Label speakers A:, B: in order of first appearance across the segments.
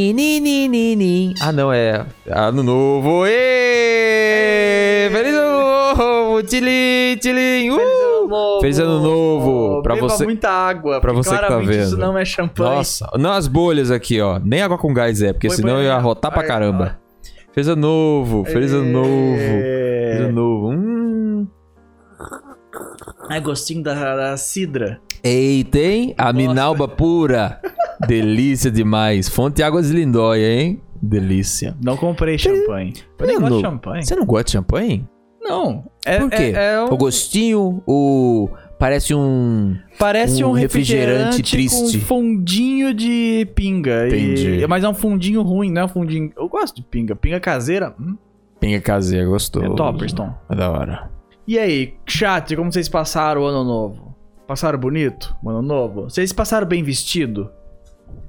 A: Tininininininin. Ah, não, é. Ano novo! Ê! Feliz ano novo! Tili, tili! Uh! Feliz ano novo! Pra
B: Beba
A: você.
B: muita água.
A: pra
B: porque
A: você que tá
B: claramente
A: vendo.
B: Isso não é champanhe.
A: Nossa, não as bolhas aqui, ó. Nem água com gás é, porque
B: Põe,
A: senão
B: põe,
A: eu ia
B: põe.
A: rotar pra
B: Ai,
A: caramba. Feliz ano novo! Feliz ano novo! Feliz ano
B: É...
A: novo! Hum.
B: Ai, Ah, é gostinho da, da cidra.
A: Eita, hein? A minalba pura. Delícia demais. Fonte Águas de Lindóia, hein? Delícia.
B: Não comprei champanhe. Eu nem
A: Fernando,
B: gosto de champanhe.
A: Você não gosta de champanhe?
B: Não. É,
A: Por
B: é-
A: quê?
B: é um-
A: O gostinho, o. Parece um.
B: parece um,
A: um refrigerante triste.
B: com fundinho de pinga.
A: Entendi.
B: E, mas é um fundinho ruim,
C: né?
B: não é um fundinho... Eu gosto de pinga. Pinga caseira hum,
A: Pinga caseira, gostou.
B: é Topperstone.
A: É da hora.
B: E aí, chat, como vocês passaram o ano novo? Passaram bonito o ano novo? Vocês passaram bem vestido?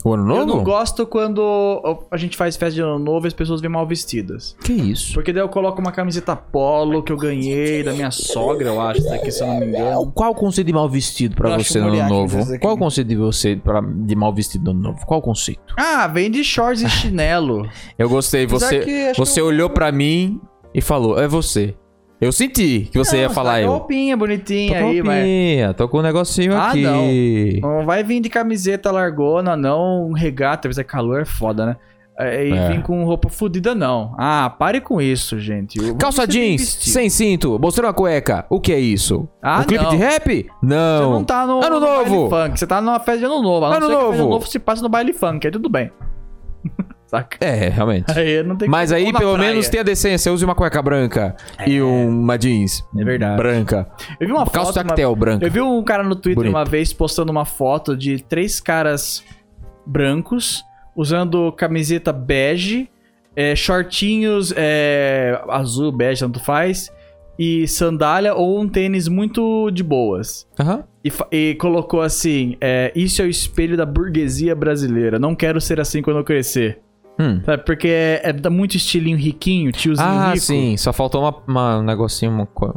A: O ano
B: Eu não
A: novo?
B: gosto quando a gente faz festa de ano novo e as pessoas vêm mal vestidas.
A: Que isso?
B: Porque daí eu coloco uma camiseta polo que eu ganhei da minha sogra, eu acho, essa aqui, se eu não me engano.
A: Qual o conceito de mal vestido
B: Eu
A: pra
B: acho
A: você no
B: um
A: ano
B: olhar que
A: novo?
B: vocês aqui.
A: Qual o conceito de você pra, de mal vestido no ano novo? Qual o conceito?
B: Ah, vem de shorts e chinelo.
A: Eu gostei. Você, você olhou pra mim e falou: É você. Eu senti que você ia falar eu.
B: tá roupinha
A: Tô
B: bonitinha
A: com
B: aí, mas...
A: roupinha, tô com um negocinho
B: Ah,
A: aqui.
B: Não vai vir de camiseta largona, não. Um regata, mas é calor, é foda, né? É, E
A: É.
B: vem com roupa fodida, não. Ah, pare com isso, gente. Eu-
A: Calça
B: você tem
A: jeans,
B: vestido.
A: sem cinto, mostrando a cueca. O que é isso?
B: Ah,
A: um clipe
B: não.
A: de rap?
B: Você
A: Não.
B: não tá no,
A: Ano
B: no baile
A: novo.
B: funk, você tá numa festa de ano novo. A não
A: Ano
B: ser que a festa de
A: novo.
B: ano novo se passa no baile funk, aí tudo bem. Saca?
A: É, realmente.
B: Aí não tem
A: Mas
B: que- ou
A: aí,
B: na
A: pelo
B: praia.
A: menos, tem a decência. Use uma cueca branca e uma jeans
B: É verdade.
A: branca.
B: Eu vi uma
A: Calça tá
B: foto. uma-
A: tactel branca.
B: Eu vi um cara no Twitter
A: Bonito.
B: uma vez postando uma foto de três caras brancos usando camiseta bege, é, shortinhos é, azul, bege, tanto faz, e sandália ou um tênis muito de boas.
A: Aham.
B: E, fa- e colocou assim: é, Isso é o espelho da burguesia brasileira. Não quero ser assim quando eu crescer.
A: Hum.
B: Sabe? Porque é, é da muito estilinho riquinho, tiozinho
A: Ah,
B: rico.
A: sim. Só faltou uma, uma- um negocinho, uma co-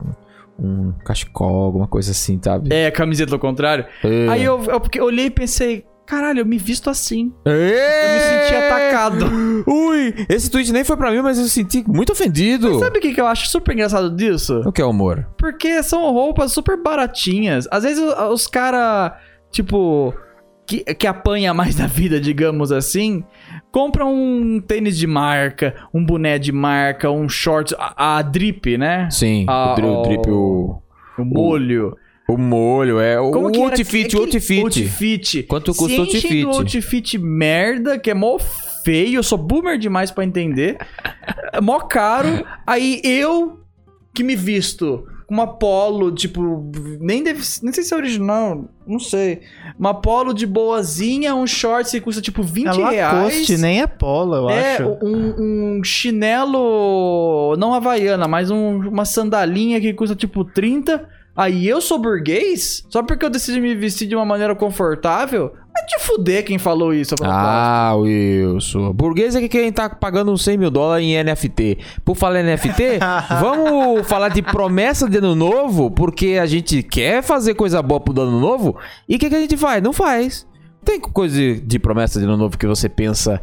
A: um cachecol, alguma coisa assim, sabe?
B: É, camiseta ao contrário.
A: É.
B: Aí eu, eu porque eu olhei e pensei: Caralho, eu me visto assim. Eu
A: Eu
B: me senti atacado.
A: Ui, esse tweet nem foi pra mim, mas eu senti muito ofendido.
B: Sabe o que, que eu acho super engraçado disso?
A: O que é humor?
B: Porque são roupas super baratinhas. Às vezes o- os cara, tipo, que, que apanha mais da vida, digamos assim, compram um tênis de marca, um boné de marca, um short, a, a drip, né?
A: Sim,
B: Ah,
A: o, dri- o
B: o-
A: drip, o,
B: O molho.
A: o molho, é. O,
B: Como que
A: o
B: era
A: outfit, o
B: aquele-
A: outfit.
B: outfit.
A: Quanto custa
B: Se
A: o outfit?
B: enchem do outfit merda, que é mó feio, eu sou boomer demais pra entender. É mó caro. Aí eu que me visto com uma polo, tipo, nem deve, nem sei se é original, não sei. Uma polo de boazinha, um short que custa tipo 20
D: É
B: reais.
C: né?
D: Lacoste, nem é polo, eu
B: É,
D: acho.
B: um, um chinelo, não havaiana, mas um- uma sandalinha que custa tipo 30. Aí eu sou burguês? Só porque eu decidi me vestir de uma maneira confortável? Vai te fuder quem falou isso. a propósito.
A: Ah, Wilson. Burguês é que quem tá pagando uns 100 mil dólares em NFT. Por falar em NFT, vamos falar de promessa de ano novo, porque a gente quer fazer coisa boa pro ano novo. E o que, que a gente faz? Não faz. Tem coisa de, de promessa de ano novo que você pensa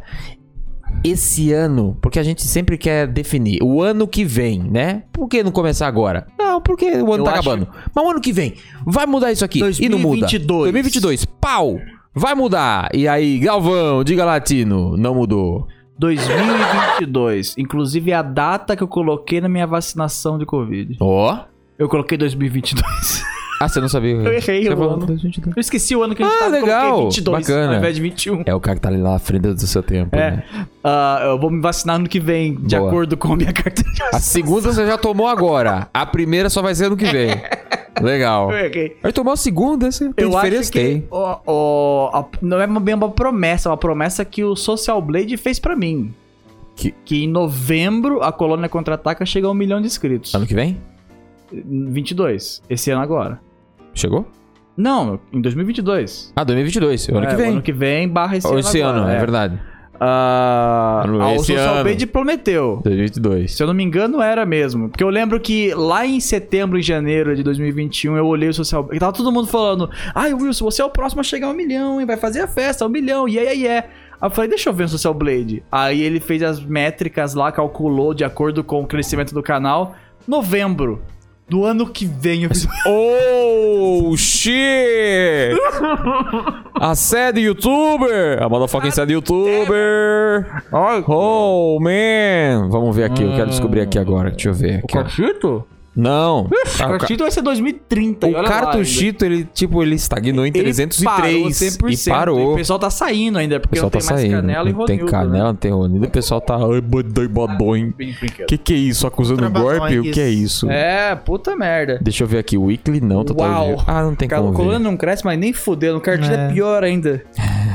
A: esse ano, porque a gente sempre quer definir o ano que vem, né? Por que não começar agora? Não, porque o ano
B: Eu
A: tá
B: acho-
A: acabando. Mas o ano que vem vai mudar isso aqui e não muda.
B: 2022.
A: 2022, pau! Vai mudar. E aí, Galvão, diga latino, não mudou.
B: 2022. Inclusive é a data que eu coloquei na minha vacinação de Covid.
A: Ó.
B: Eu coloquei 2022.
A: Ah, você não sabia.
B: Eu errei
A: Você
B: o
A: falou
B: ano.
A: 2022.
B: Eu esqueci o ano que a gente
A: Ah,
B: tava. eu
A: legal.
B: Coloquei 22
A: Bacana.
B: ao invés de 21.
A: É o cara que tá ali lá à frente do seu tempo.
B: É.
A: né?
B: Ah, eu vou me vacinar ano que vem, de
A: Boa.
B: acordo com a minha carteira. de
A: A segunda você já tomou agora. A primeira só vai ser ano que vem. Legal.
B: vacinação. Eu errei.
A: Aí tomou a segunda, você tem
B: Eu
A: diferença?
B: acho que
A: Tem.
B: o- o- a- não é bem uma promessa, é uma promessa que o Social Blade fez pra mim.
A: Que-
B: em novembro a colônia contra-ataca chega a um milhão de inscritos.
A: Ano que vem?
B: Em 22, esse ano agora.
A: Chegou?
B: Não, em 2022.
A: Ah, 2022. Ano
B: É,
A: que
B: o Ano
A: vem.
B: que vem, barra esse
A: Ou
B: ano.
A: esse
B: agora,
A: ano, é.
B: é.
A: verdade.
B: Ah,
A: Ano-
B: ah, o
A: esse
B: Social
A: ano.
B: Blade prometeu.
A: 2022.
B: Se eu não me engano, era mesmo. Porque eu lembro que lá em setembro e janeiro de 2021, eu olhei o social. E tava todo mundo falando: Ai, Wilson, você é o próximo a chegar a um milhão, hein? Vai fazer a festa, um milhão, e aí, aí, é. Aí eu falei, deixa eu ver o Social Blade. Aí ele fez as métricas lá, calculou de acordo com o crescimento do canal. Novembro do ano que vem eu fiz...
A: Oh, shit! A sede youtuber! A motherfucking sede youtuber! Oh, man! Vamos ver aqui, eu quero descobrir aqui agora. Deixa eu ver aqui. ó.
D: Cartito?
A: Não!
D: Ixi,
A: Ah, o ca-
D: cartito vai ser 2030. e
A: O
D: olha lá ainda.
A: cartuchito, ele, tipo, ele estagnou em
B: Ele
A: 303
B: parou 100%,
A: e parou.
B: O pessoal tá saindo ainda,
A: O
B: porque
A: pessoal
B: não
A: tá
B: tem mais
A: saindo.
B: canela e né?
A: Não tem
B: Ronildo.
A: canela, não tem Ronildo. O pessoal tá. Ai, bodoi, bodoi.
B: Né? Brinquedo.
A: Que que é isso? Acusando
C: Contrabandões.
A: golpe? O que é isso?
B: É, puta merda.
A: Deixa eu ver aqui. Weekly não, total.
B: Uau.
A: view. Ah, não tem
B: Cara,
A: como
B: a
A: ver.
B: coluna não cresce, mas nem fudendo. O cartilho é.
C: É.
B: pior ainda.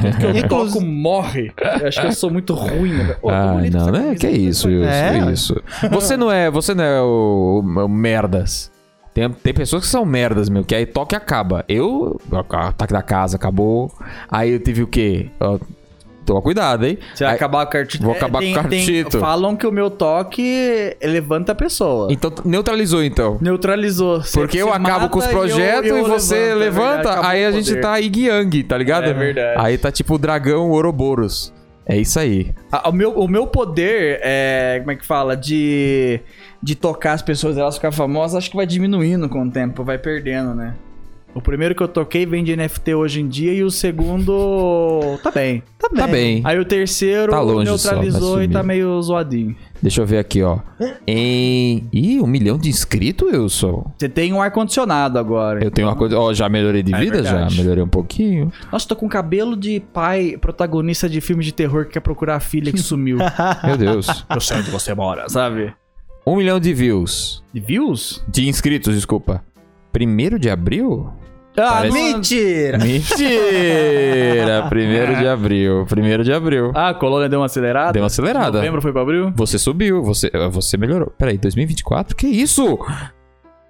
B: Tudo que eu
C: Inclusive-
B: toco morre. Eu acho que eu sou muito ruim. né? Pô,
A: ah,
B: bonito
A: não,
B: essa
A: né?
B: camisa.
A: Que isso, Wilson,
C: É.
A: que isso. Você não é, você não é o, o- o merdas. Tem, tem pessoas que são merdas, meu, que aí toque acaba. Eu, ataque da casa, acabou. Aí eu tive o quê? Ó, Toma cuidado, hein?
B: Você vai
A: Aí-
B: acabar com o cartilho.
A: Vou acabar com o cartito.
B: falam que o meu toque levanta a pessoa.
A: Então neutralizou, então.
B: Neutralizou. Você-
A: Porque eu
B: você
A: acabo com os
B: mata e eu-
A: projetos e,
B: eu
A: você
B: levanto, é
A: levanta,
B: verdade, acabou
A: aí
B: o
A: a gente
B: poder.
A: tá Yang, tá ligado?
B: É verdade.
A: Aí tá tipo o dragão Ouroboros. É isso aí.
B: Ah, O meu, o meu poder, é, como é que fala? De, de tocar as pessoas, elas ficar famosas, acho que vai diminuindo com o tempo, vai perdendo, né? O primeiro que eu toquei vem de NFT hoje em dia e o segundo. tá bem.
A: Tá bem.
B: Aí o terceiro
A: Tá longe só,
B: neutralizou
A: vai
B: e tá
A: sumir.
B: meio zoadinho.
A: Deixa eu ver aqui, ó. Em. Ih, um milhão de inscritos, Wilson.
B: Você tem um ar-condicionado agora.
A: Eu tenho uma coisa. Ó, já melhorei de
B: É
A: vida? já
B: verdade.
A: melhorei um pouquinho.
B: Nossa, tô com um cabelo de pai, protagonista de filme de terror que quer procurar a filha que sumiu.
A: Meu Deus.
B: eu sei onde você mora, sabe?
A: um milhão de views.
B: De views?
A: De inscritos, desculpa. Primeiro de abril?
B: Ah,
A: Parece-
B: não-
C: Mentira!
A: Mentira! Primeiro de abril. Primeiro de abril.
B: Ah, a colônia deu uma acelerada?
A: Deu uma acelerada.
B: Novembro foi pra abril?
A: Você subiu, você, você melhorou. Peraí, 2024? Que isso?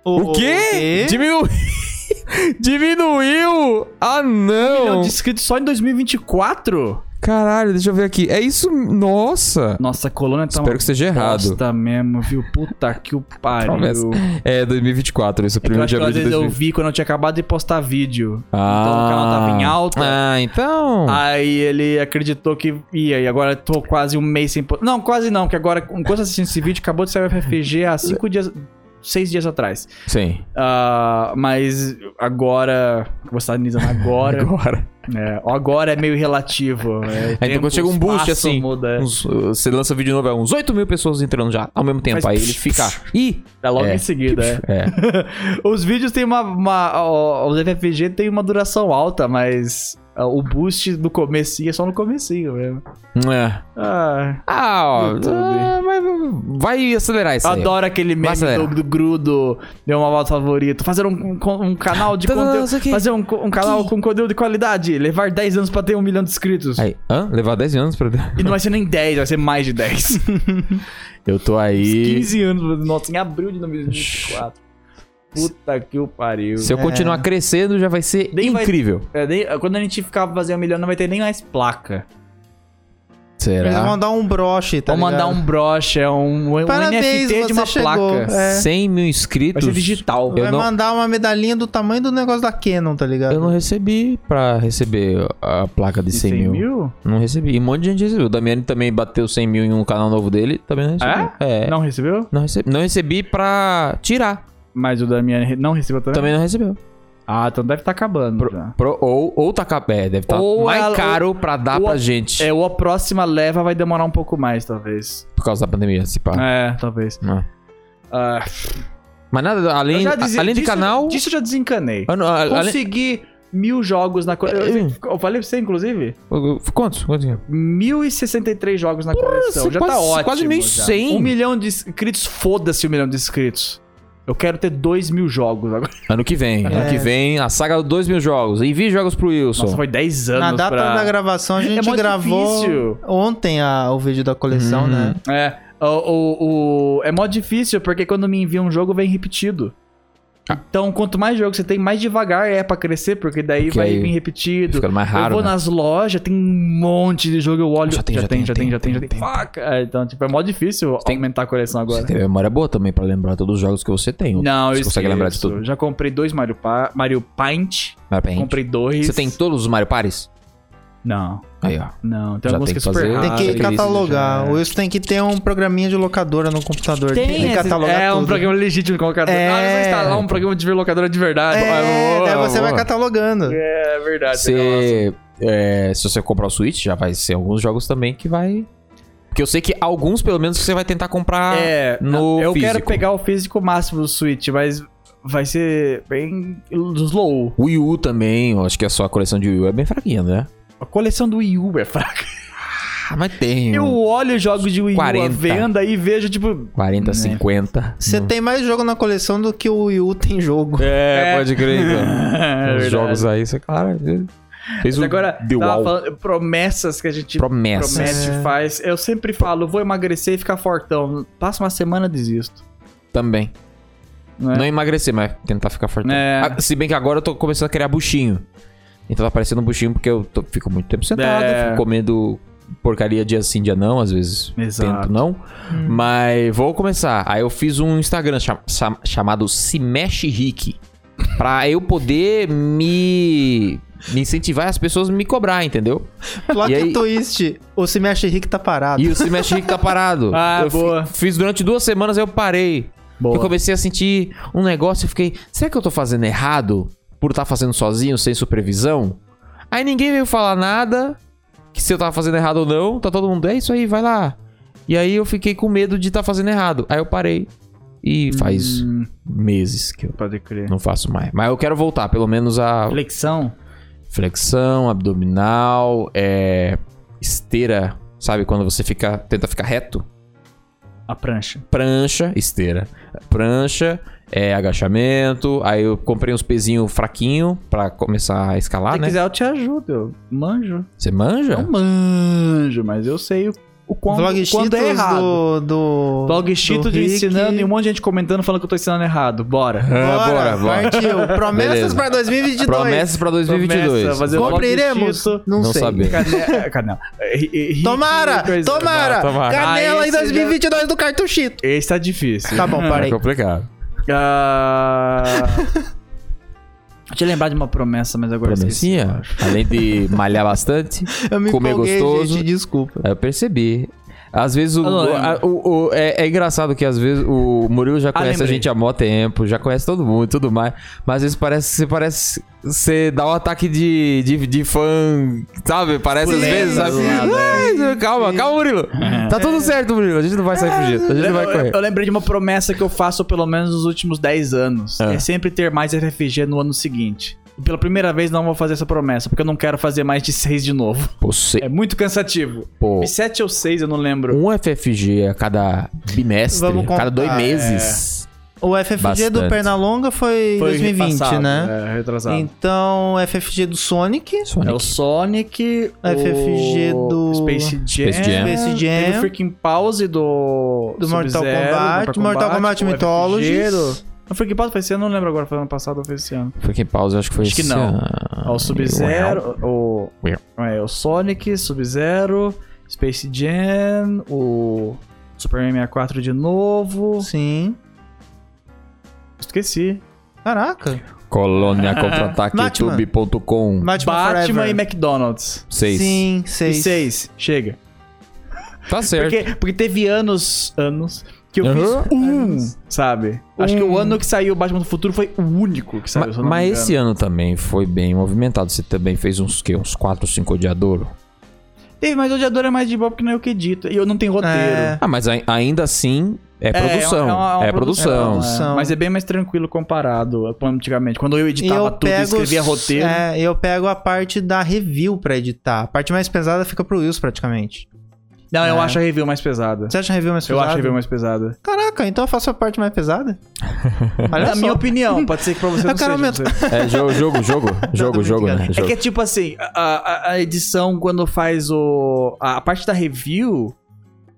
A: O quê? Diminuiu. Diminuiu! Ah,
B: milhão
A: não!
B: de inscritos é um só em 2024?
A: Caralho, deixa eu ver aqui. É isso? Nossa!
B: Nossa, a colônia tá
A: Espero que esteja errado.
B: bosta mesmo, viu? Puta que o pariu.
A: Promessa. É 2024, isso,
B: É que eu
A: primeiro
B: acho
A: de
B: que às
A: abril de
B: vezes eu
A: 2024.
B: vi quando eu tinha acabado de postar vídeo. Então o canal tava em alta.
A: Ah, então.
B: Aí ele acreditou que ia, e agora eu tô quase um mês sem... po- Não, quase não, porque agora, enquanto assistindo esse vídeo, acabou de sair o FFG há cinco dias... Seis dias atrás.
A: Sim.
B: Ah, mas agora... Vou estar analisando agora.
A: Agora.
B: É, o agora é meio relativo. É,
A: Aí então
B: tempo,
A: quando chega um boost
B: espaço
A: assim,
B: Muda, é.
A: uns- você lança vídeo novo, é uns 8 mil pessoas entrando já ao mesmo tempo.
B: Faz
A: Aí ele fica. Ih!
B: É logo
A: É.
B: em seguida, é.
A: É.
B: Os vídeos têm uma. uma ó, os FFG tem uma duração alta, mas ó, o boost do comecinho é só no comecinho mesmo.
A: É.
B: Ah,
A: Ah, ó.
B: YouTube.
A: ah, mas vai acelerar isso aí.
B: adoro aquele
A: Vai
B: meme
A: acelerar.
B: do, do grudo, meu malvado favorito. Fazer um, um- um canal de
A: Tá, tá, tá,
B: conteúdo.
A: isso aqui.
B: Fazer um, co- um canal com conteúdo de qualidade. Levar 10 anos pra ter um milhão de inscritos.
A: Aí, hã? Levar 10 anos pra.
B: E não vai ser nem 10, vai ser mais de 10.
A: Eu tô aí.
B: 15 anos, nossa, em abril de 2024. Puta que o pariu.
A: Se eu continuar crescendo, já É. vai ser
B: Nem vai-
A: incrível.
B: É, nem- quando a gente ficar fazendo um milhão, não vai ter nem mais placa.
C: Eles vão mandar um broche, tá
B: Vou mandar um
C: ligado?
B: broche, é um, um
C: Parabéns,
B: NFT
C: você
B: de uma
C: chegou.
B: placa.
C: É.
A: 100 mil
B: Vai
A: inscritos.
B: ser digital.
A: Eu
C: Vai
A: não-
C: mandar uma medalhinha do tamanho do negócio da Canon, tá ligado?
A: Eu não recebi pra receber a placa de 100, mil. Não recebi. E um monte de gente recebeu. O Damiani também bateu 100 mil em um canal novo dele. Também não recebi. É? Não.
B: Não recebeu?
A: Não recebi, não recebi pra tirar.
B: Mas o Damiani re- não recebeu também?
A: Também não recebeu.
B: Ah, então deve estar acabando.
A: Pro-
B: já.
A: Pro- ou, ou tá cap- é, deve tá
B: Ou
A: mais
B: ela-
A: caro pra dar
B: ou-
A: pra gente.
B: É, ou a próxima leva vai demorar um pouco mais, talvez.
A: Por causa da pandemia, se pá.
B: É, talvez.
A: Não.
B: Ah,
A: Mas nada,
B: eu
A: além,
B: já desen-
A: a- além de
B: disso-
A: canal.
B: Disso eu já desencanei.
A: ano- a- além- É,
B: Consegui mil jogos na... co- Eu, eu falei pra você, inclusive?
A: Quantos? Quantos? é?
B: 1063 jogos na coleção.
A: você
B: Já tá
A: quase-
B: ótimo.
A: quase meio
B: já.
A: cem.
B: Um milhão de inscritos, foda-se o milhão de inscritos. Eu quero ter dois mil jogos agora.
A: Ano que vem. Ano
C: É.
A: que vem, a saga dos 2 mil jogos. Envie jogos pro Wilson.
B: Nossa, foi 10 anos
C: Na data
B: pra...
C: da gravação, a gente
B: mó
C: gravou
B: É difícil.
C: ontem a- o vídeo da coleção,
A: Uhum.
C: né?
B: É, o, o- o- é mó difícil, porque quando me envia um jogo, vem repetido.
A: Ah.
B: Então, quanto mais jogo você tem, mais devagar é pra crescer, porque daí
A: Porque
B: vai
A: aí
B: vir repetido.
A: Ficando mais
B: eu
A: raro.
B: vou
A: né?
B: nas lojas, tem um monte de jogo, eu olho.
A: Já tem, já tem,
B: já tem, já tem, já tem.
A: tem.
B: Fuck! É, Então, tipo, é mó difícil
A: tem-
B: aumentar a coleção agora.
A: Você tem memória boa também pra lembrar todos os jogos que você tem.
B: Não,
A: você
B: eu
A: consegue lembrar de
B: esqueço.
A: tudo.
B: Já comprei dois Mario, pa Mario Paint.
A: Mas, bem,
B: Comprei dois.
A: Você tem todos os Mario Pares?
B: Não,
A: Aí, ó.
B: não. Tem
A: Já
B: alguns
A: tem que
B: que é super
A: fazer-
B: raro.
C: Tem que
A: Ah, isso
C: catalogar.
B: já é.
C: O Wilson tem que ter um programinha de locadora no computador. Tem, tem que
B: esse-
C: catalogar
B: É um
C: tudo.
B: programa legítimo de locadora.
C: É.
B: Ah, eles vão instalar um programa de locadora de verdade. Ah,
C: É,
A: Boa,
C: daí você
A: boa.
C: vai catalogando.
B: É verdade. nossa.
A: Você, é, se você comprar o Switch, já vai ser alguns jogos também que vai. Porque eu sei que alguns, pelo menos, você vai tentar comprar
B: É,
A: no
B: eu
A: físico.
B: quero pegar o físico máximo do Switch, mas vai ser bem slow.
A: Wii U também, eu acho que a sua coleção de Wii U é bem fraquinha, né?
B: A coleção do Wii U é fraca.
A: Ah, mas tem.
B: Eu olho jogos de Wii U à
A: 40.
B: venda e vejo, tipo...
A: 40,
B: Né.
A: 50.
C: Você tem mais jogo na coleção do que o Wii U tem jogo.
A: É, pode crer, então.
B: É
A: Os
B: verdade.
A: jogos aí, você, claro. Fez
B: Mas
A: o
B: agora,
A: The
B: tava
A: Wall.
B: falando, promessas que a gente
A: Promessas.
B: promete
C: É.
B: faz. Eu sempre falo, vou emagrecer e ficar fortão. Passa uma semana, desisto.
A: Também.
B: Não é?
A: Não emagrecer, mas tentar ficar forte. Ah,
B: É.
A: se bem que agora eu tô começando a criar buchinho. Então tá parecendo um buchinho porque eu tô- fico muito tempo sentado,
B: É.
A: fico comendo porcaria dia sim, dia não, às vezes
B: Exato.
A: tento não. Mas vou começar. Aí eu fiz um Instagram cha- cha- chamado Se Mexe Rick. Pra eu poder me, me incentivar as pessoas a me cobrar, entendeu?
C: Plot
A: E aí-
C: twist. O Se Mexe Rick tá parado.
A: E o Se Mexe Rick tá parado.
B: Ah,
A: eu fi-
B: boa.
A: fiz durante duas semanas, aí eu parei. Eu comecei a sentir um negócio e fiquei, será que eu tô fazendo errado? Por estar fazendo sozinho, sem supervisão? Aí ninguém veio falar nada, que se eu tava fazendo errado ou não, tá todo mundo, é isso aí, vai lá. E aí eu fiquei com medo de estar fazendo errado. Aí eu parei. E faz
B: Hum,
A: meses que eu
B: pode crer.
A: não faço mais. Mas eu quero voltar, pelo menos a
B: Flexão?
A: flexão, abdominal, é, esteira, sabe? Quando você fica, tenta ficar reto.
B: A prancha.
A: prancha, esteira, prancha, é, agachamento. Aí eu comprei uns pezinhos fraquinho pra começar a escalar,
B: Se
A: né?
B: quiser, eu te ajudo. Eu manjo.
A: Você manja?
B: Ah, Não manjo, mas eu sei o, o quando,
C: Vlog
B: quando é
C: Cheetos do,
B: errado.
C: do.
B: Vlog Chito
C: do
B: de
C: Rick.
B: ensinando e um monte de gente comentando falando que eu tô ensinando errado. Bora.
A: Ah,
C: Bora,
A: bora, bora.
C: Partiu. Promessas
A: Beleza.
C: pra 2022.
A: Promessas pra 2022.
B: Promessa, fazer vlog
C: Cumpriremos?
B: Cheeto.
C: um Não,
A: Não
C: sei.
A: sabe.
B: Cane- Canela. Ri- ri-
C: Tomara!
B: coisa-
C: Tomara!
A: tomara.
C: Canela
B: Ah,
C: em
B: esse
C: 2022 do cartuchito.
B: Esse tá difícil.
C: Tá bom,
A: É
C: parei.
A: complicado.
B: Ah... Deixa eu lembrar de uma promessa, mas agora eu esqueci.
A: Promessinha? Além de malhar bastante,
C: Eu me
A: Ah, Comer
C: empolguei,
A: gostoso.
C: gente, desculpa.
A: aí eu percebi. Às vezes o,
B: Eu não lembro. Ah,
A: a- o- o- é, é engraçado que às vezes o Murilo já conhece a
B: lembrei.
A: gente há mó tempo, já conhece todo mundo e tudo mais, mas às vezes parece você parece você dá um ataque de, de, de fã, sabe? Parece às
C: Sim,
A: vezes, sabe?
C: sim.
A: Ai, calma, calma, Murilo. Tá
B: É.
A: tudo certo, Murilo. A gente não vai sair fugido. A gente
B: Eu,
A: não vai correr.
B: eu- eu lembrei de uma promessa que eu faço pelo menos nos últimos 10 anos.
A: Ah.
B: É sempre ter mais FFG no ano seguinte. E pela primeira vez não vou fazer essa promessa, porque eu não quero fazer mais de 6 de novo.
A: Você,
B: É muito cansativo.
A: pô,
B: De 7 ou 6, eu não lembro.
A: um FFG a cada bimestre,
C: Vamos
A: a cada dois
C: contar,
A: meses.
B: é.
C: O FFG do
A: Bastante.
C: Pernalonga foi,
B: Foi
C: 2020,
B: passado,
C: né?
B: É, retrasado.
C: Então, FFG do Sonic.
A: Sonic.
B: É o Sonic,
C: FFG
B: o
C: do-
B: Space Jam,
A: Space Jam.
C: Space Jam.
B: teve o Freaking Pause do
C: Do Mortal
B: Sub-Zero,
C: Kombat, Mortal Kombat
B: o FFG
C: Mythologies.
B: do- O Freaking Pause foi esse ano, não lembro agora, foi ano passado ou foi esse ano.
A: Fiquei em pausa, acho que foi
B: Acho que
A: esse
B: não.
A: ano.
B: Ó, o Sub-Zero, o...
A: Ué.
B: É, o Sonic, Sub-Zero, Space Jam, o Superman 64 de novo,
C: Sim.
B: esqueci,
C: Caraca.
A: Colônia contra-ataque
C: Batman.
A: youtube.com
C: Batman,
B: Batman
C: Forever.
B: e McDonald's.
A: 6.
C: Sim,
B: E
C: seis.
B: seis, chega.
A: Tá certo.
B: Porque, porque teve anos, anos, que eu
A: Aham.
B: fiz um, sabe? Acho que o ano que saiu o Batman do Futuro foi o único
A: Ma-
B: que saiu, se eu não
A: mas
B: me
A: esse ano também foi bem movimentado. Você também fez uns que uns 4, 5 odiadouro.
B: engano. Teve, mas o Odiador é mais de boa porque não é o que edito. E eu não tenho roteiro.
C: É.
A: Ah, mas ai- ainda assim é produção. É,
B: um- uma- uma
A: produção.
C: produção.
B: é. Mas é bem mais tranquilo comparado com antigamente. Quando eu editava
C: eu
B: tudo,
C: pego,
B: escrevia roteiro.
C: É, eu pego a parte da review pra editar. A parte mais pesada fica pro Wilson, praticamente.
B: Não, eu
C: É.
B: acho a review mais pesada.
C: Você acha a review mais
B: Eu
C: pesada?
B: acho a review mais pesada.
C: Caraca, então eu faço a parte mais pesada? Olha
B: Na
C: só.
B: minha opinião, pode ser que pra você
C: Eu
B: não
C: quero
B: seja. não
C: aumentar.
B: sei.
A: É jogo, jogo, jogo. jogo,
C: tô
A: jogo, né?
C: brincando.
B: É
A: Jogo.
B: que é tipo assim, a, a- a edição quando faz o... A, a parte da review...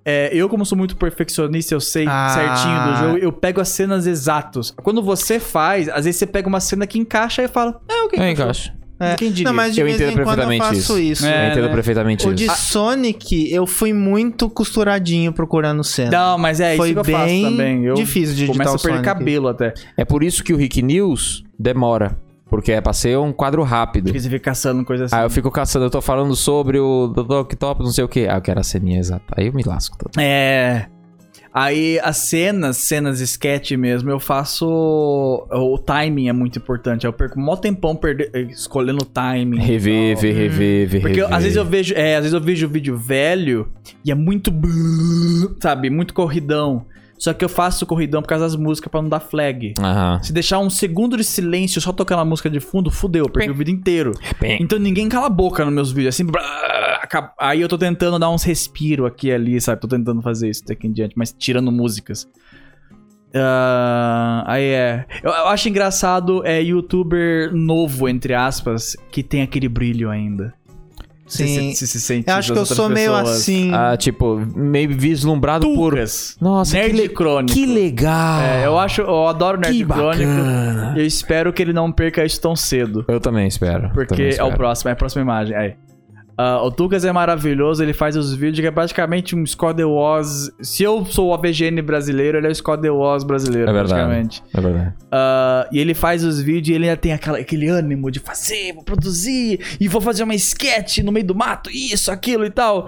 B: é, eu, como sou muito perfeccionista, eu sei
C: Ah.
B: certinho do jogo, eu pego as cenas exatas. Quando você faz, às vezes você pega uma cena que encaixa e fala, é o que
A: É,
B: encaixou?"
A: encaixa.
C: É.
B: Quem diria?
C: Não, mas de
A: Eu
C: vez
A: entendo
C: em quando eu
A: perfeitamente
C: faço isso.
B: É,
A: eu entendo
B: né?
A: perfeitamente
C: O
A: isso.
C: de Sonic, eu fui muito costuradinho procurando cena.
B: Não, mas é
C: Foi
B: isso que eu
C: bem
B: faço também. Eu
C: difícil de editar
B: começo
C: o
A: Ah,
B: a perder
C: Sonic.
B: cabelo até.
A: É por isso que o Rick News demora. Porque é pra ser um quadro rápido.
B: Porque você fica caçando coisa assim.
A: Aí eu fico caçando, eu tô falando sobre o Dr. Octopus, não sei o quê. Ah, eu quero a ceninha exata. Aí eu me lasco todo.
B: É. Aí as cenas, cenas sketch mesmo, eu faço. O timing é muito importante. Eu perco mó tempão perde- escolhendo o timing. e
A: Rever,
B: tal.
A: ver, rever, ver,
B: Porque eu-
A: rever.
B: às vezes eu vejo, é, às vezes eu vejo vídeo velho e é muito, brrr, sabe, muito corridão. Só que eu faço corridão por causa das músicas pra não dar flag.
A: Aham.
B: Se deixar um segundo de silêncio só tocando a música de fundo, fudeu, eu perdi o vídeo inteiro.
C: É
B: Então ninguém cala a boca nos meus vídeos, assim. brrr, acaba- Aí eu tô tentando dar uns respiro aqui e ali, sabe? Tô tentando fazer isso daqui em diante, mas tirando músicas. Ah, aí é. Eu, eu acho engraçado é youtuber novo, entre aspas, que tem aquele brilho ainda. Se-
C: Sim.
B: Se, se, se sente
C: Eu acho que eu
B: das
C: sou
B: outras
C: meio
B: pessoas.
C: assim.
A: Ah, tipo, meio vislumbrado por.
B: Tucas.
A: Nossa, que,
B: Nerd
A: le-
B: crônico.
A: que legal.
B: É, eu acho, eu adoro Nerd
A: que
B: Crônico.
A: bacana.
B: Eu espero que ele não perca isso tão cedo.
A: Eu também espero.
B: Porque
A: também
B: é o
A: espero.
B: próximo, é a próxima imagem. Aí. Ah, o Tucas é maravilhoso, ele faz os vídeos que é praticamente um Scott The Wars. Se eu sou o AVGN brasileiro, ele é o Scott The Wars brasileiro,
A: É verdade.
B: praticamente.
A: É verdade.
B: Ah, e ele faz os vídeos e ele ainda tem aquela- aquele ânimo de fazer, vou produzir, e vou fazer uma sketch no meio do mato, isso, aquilo e tal.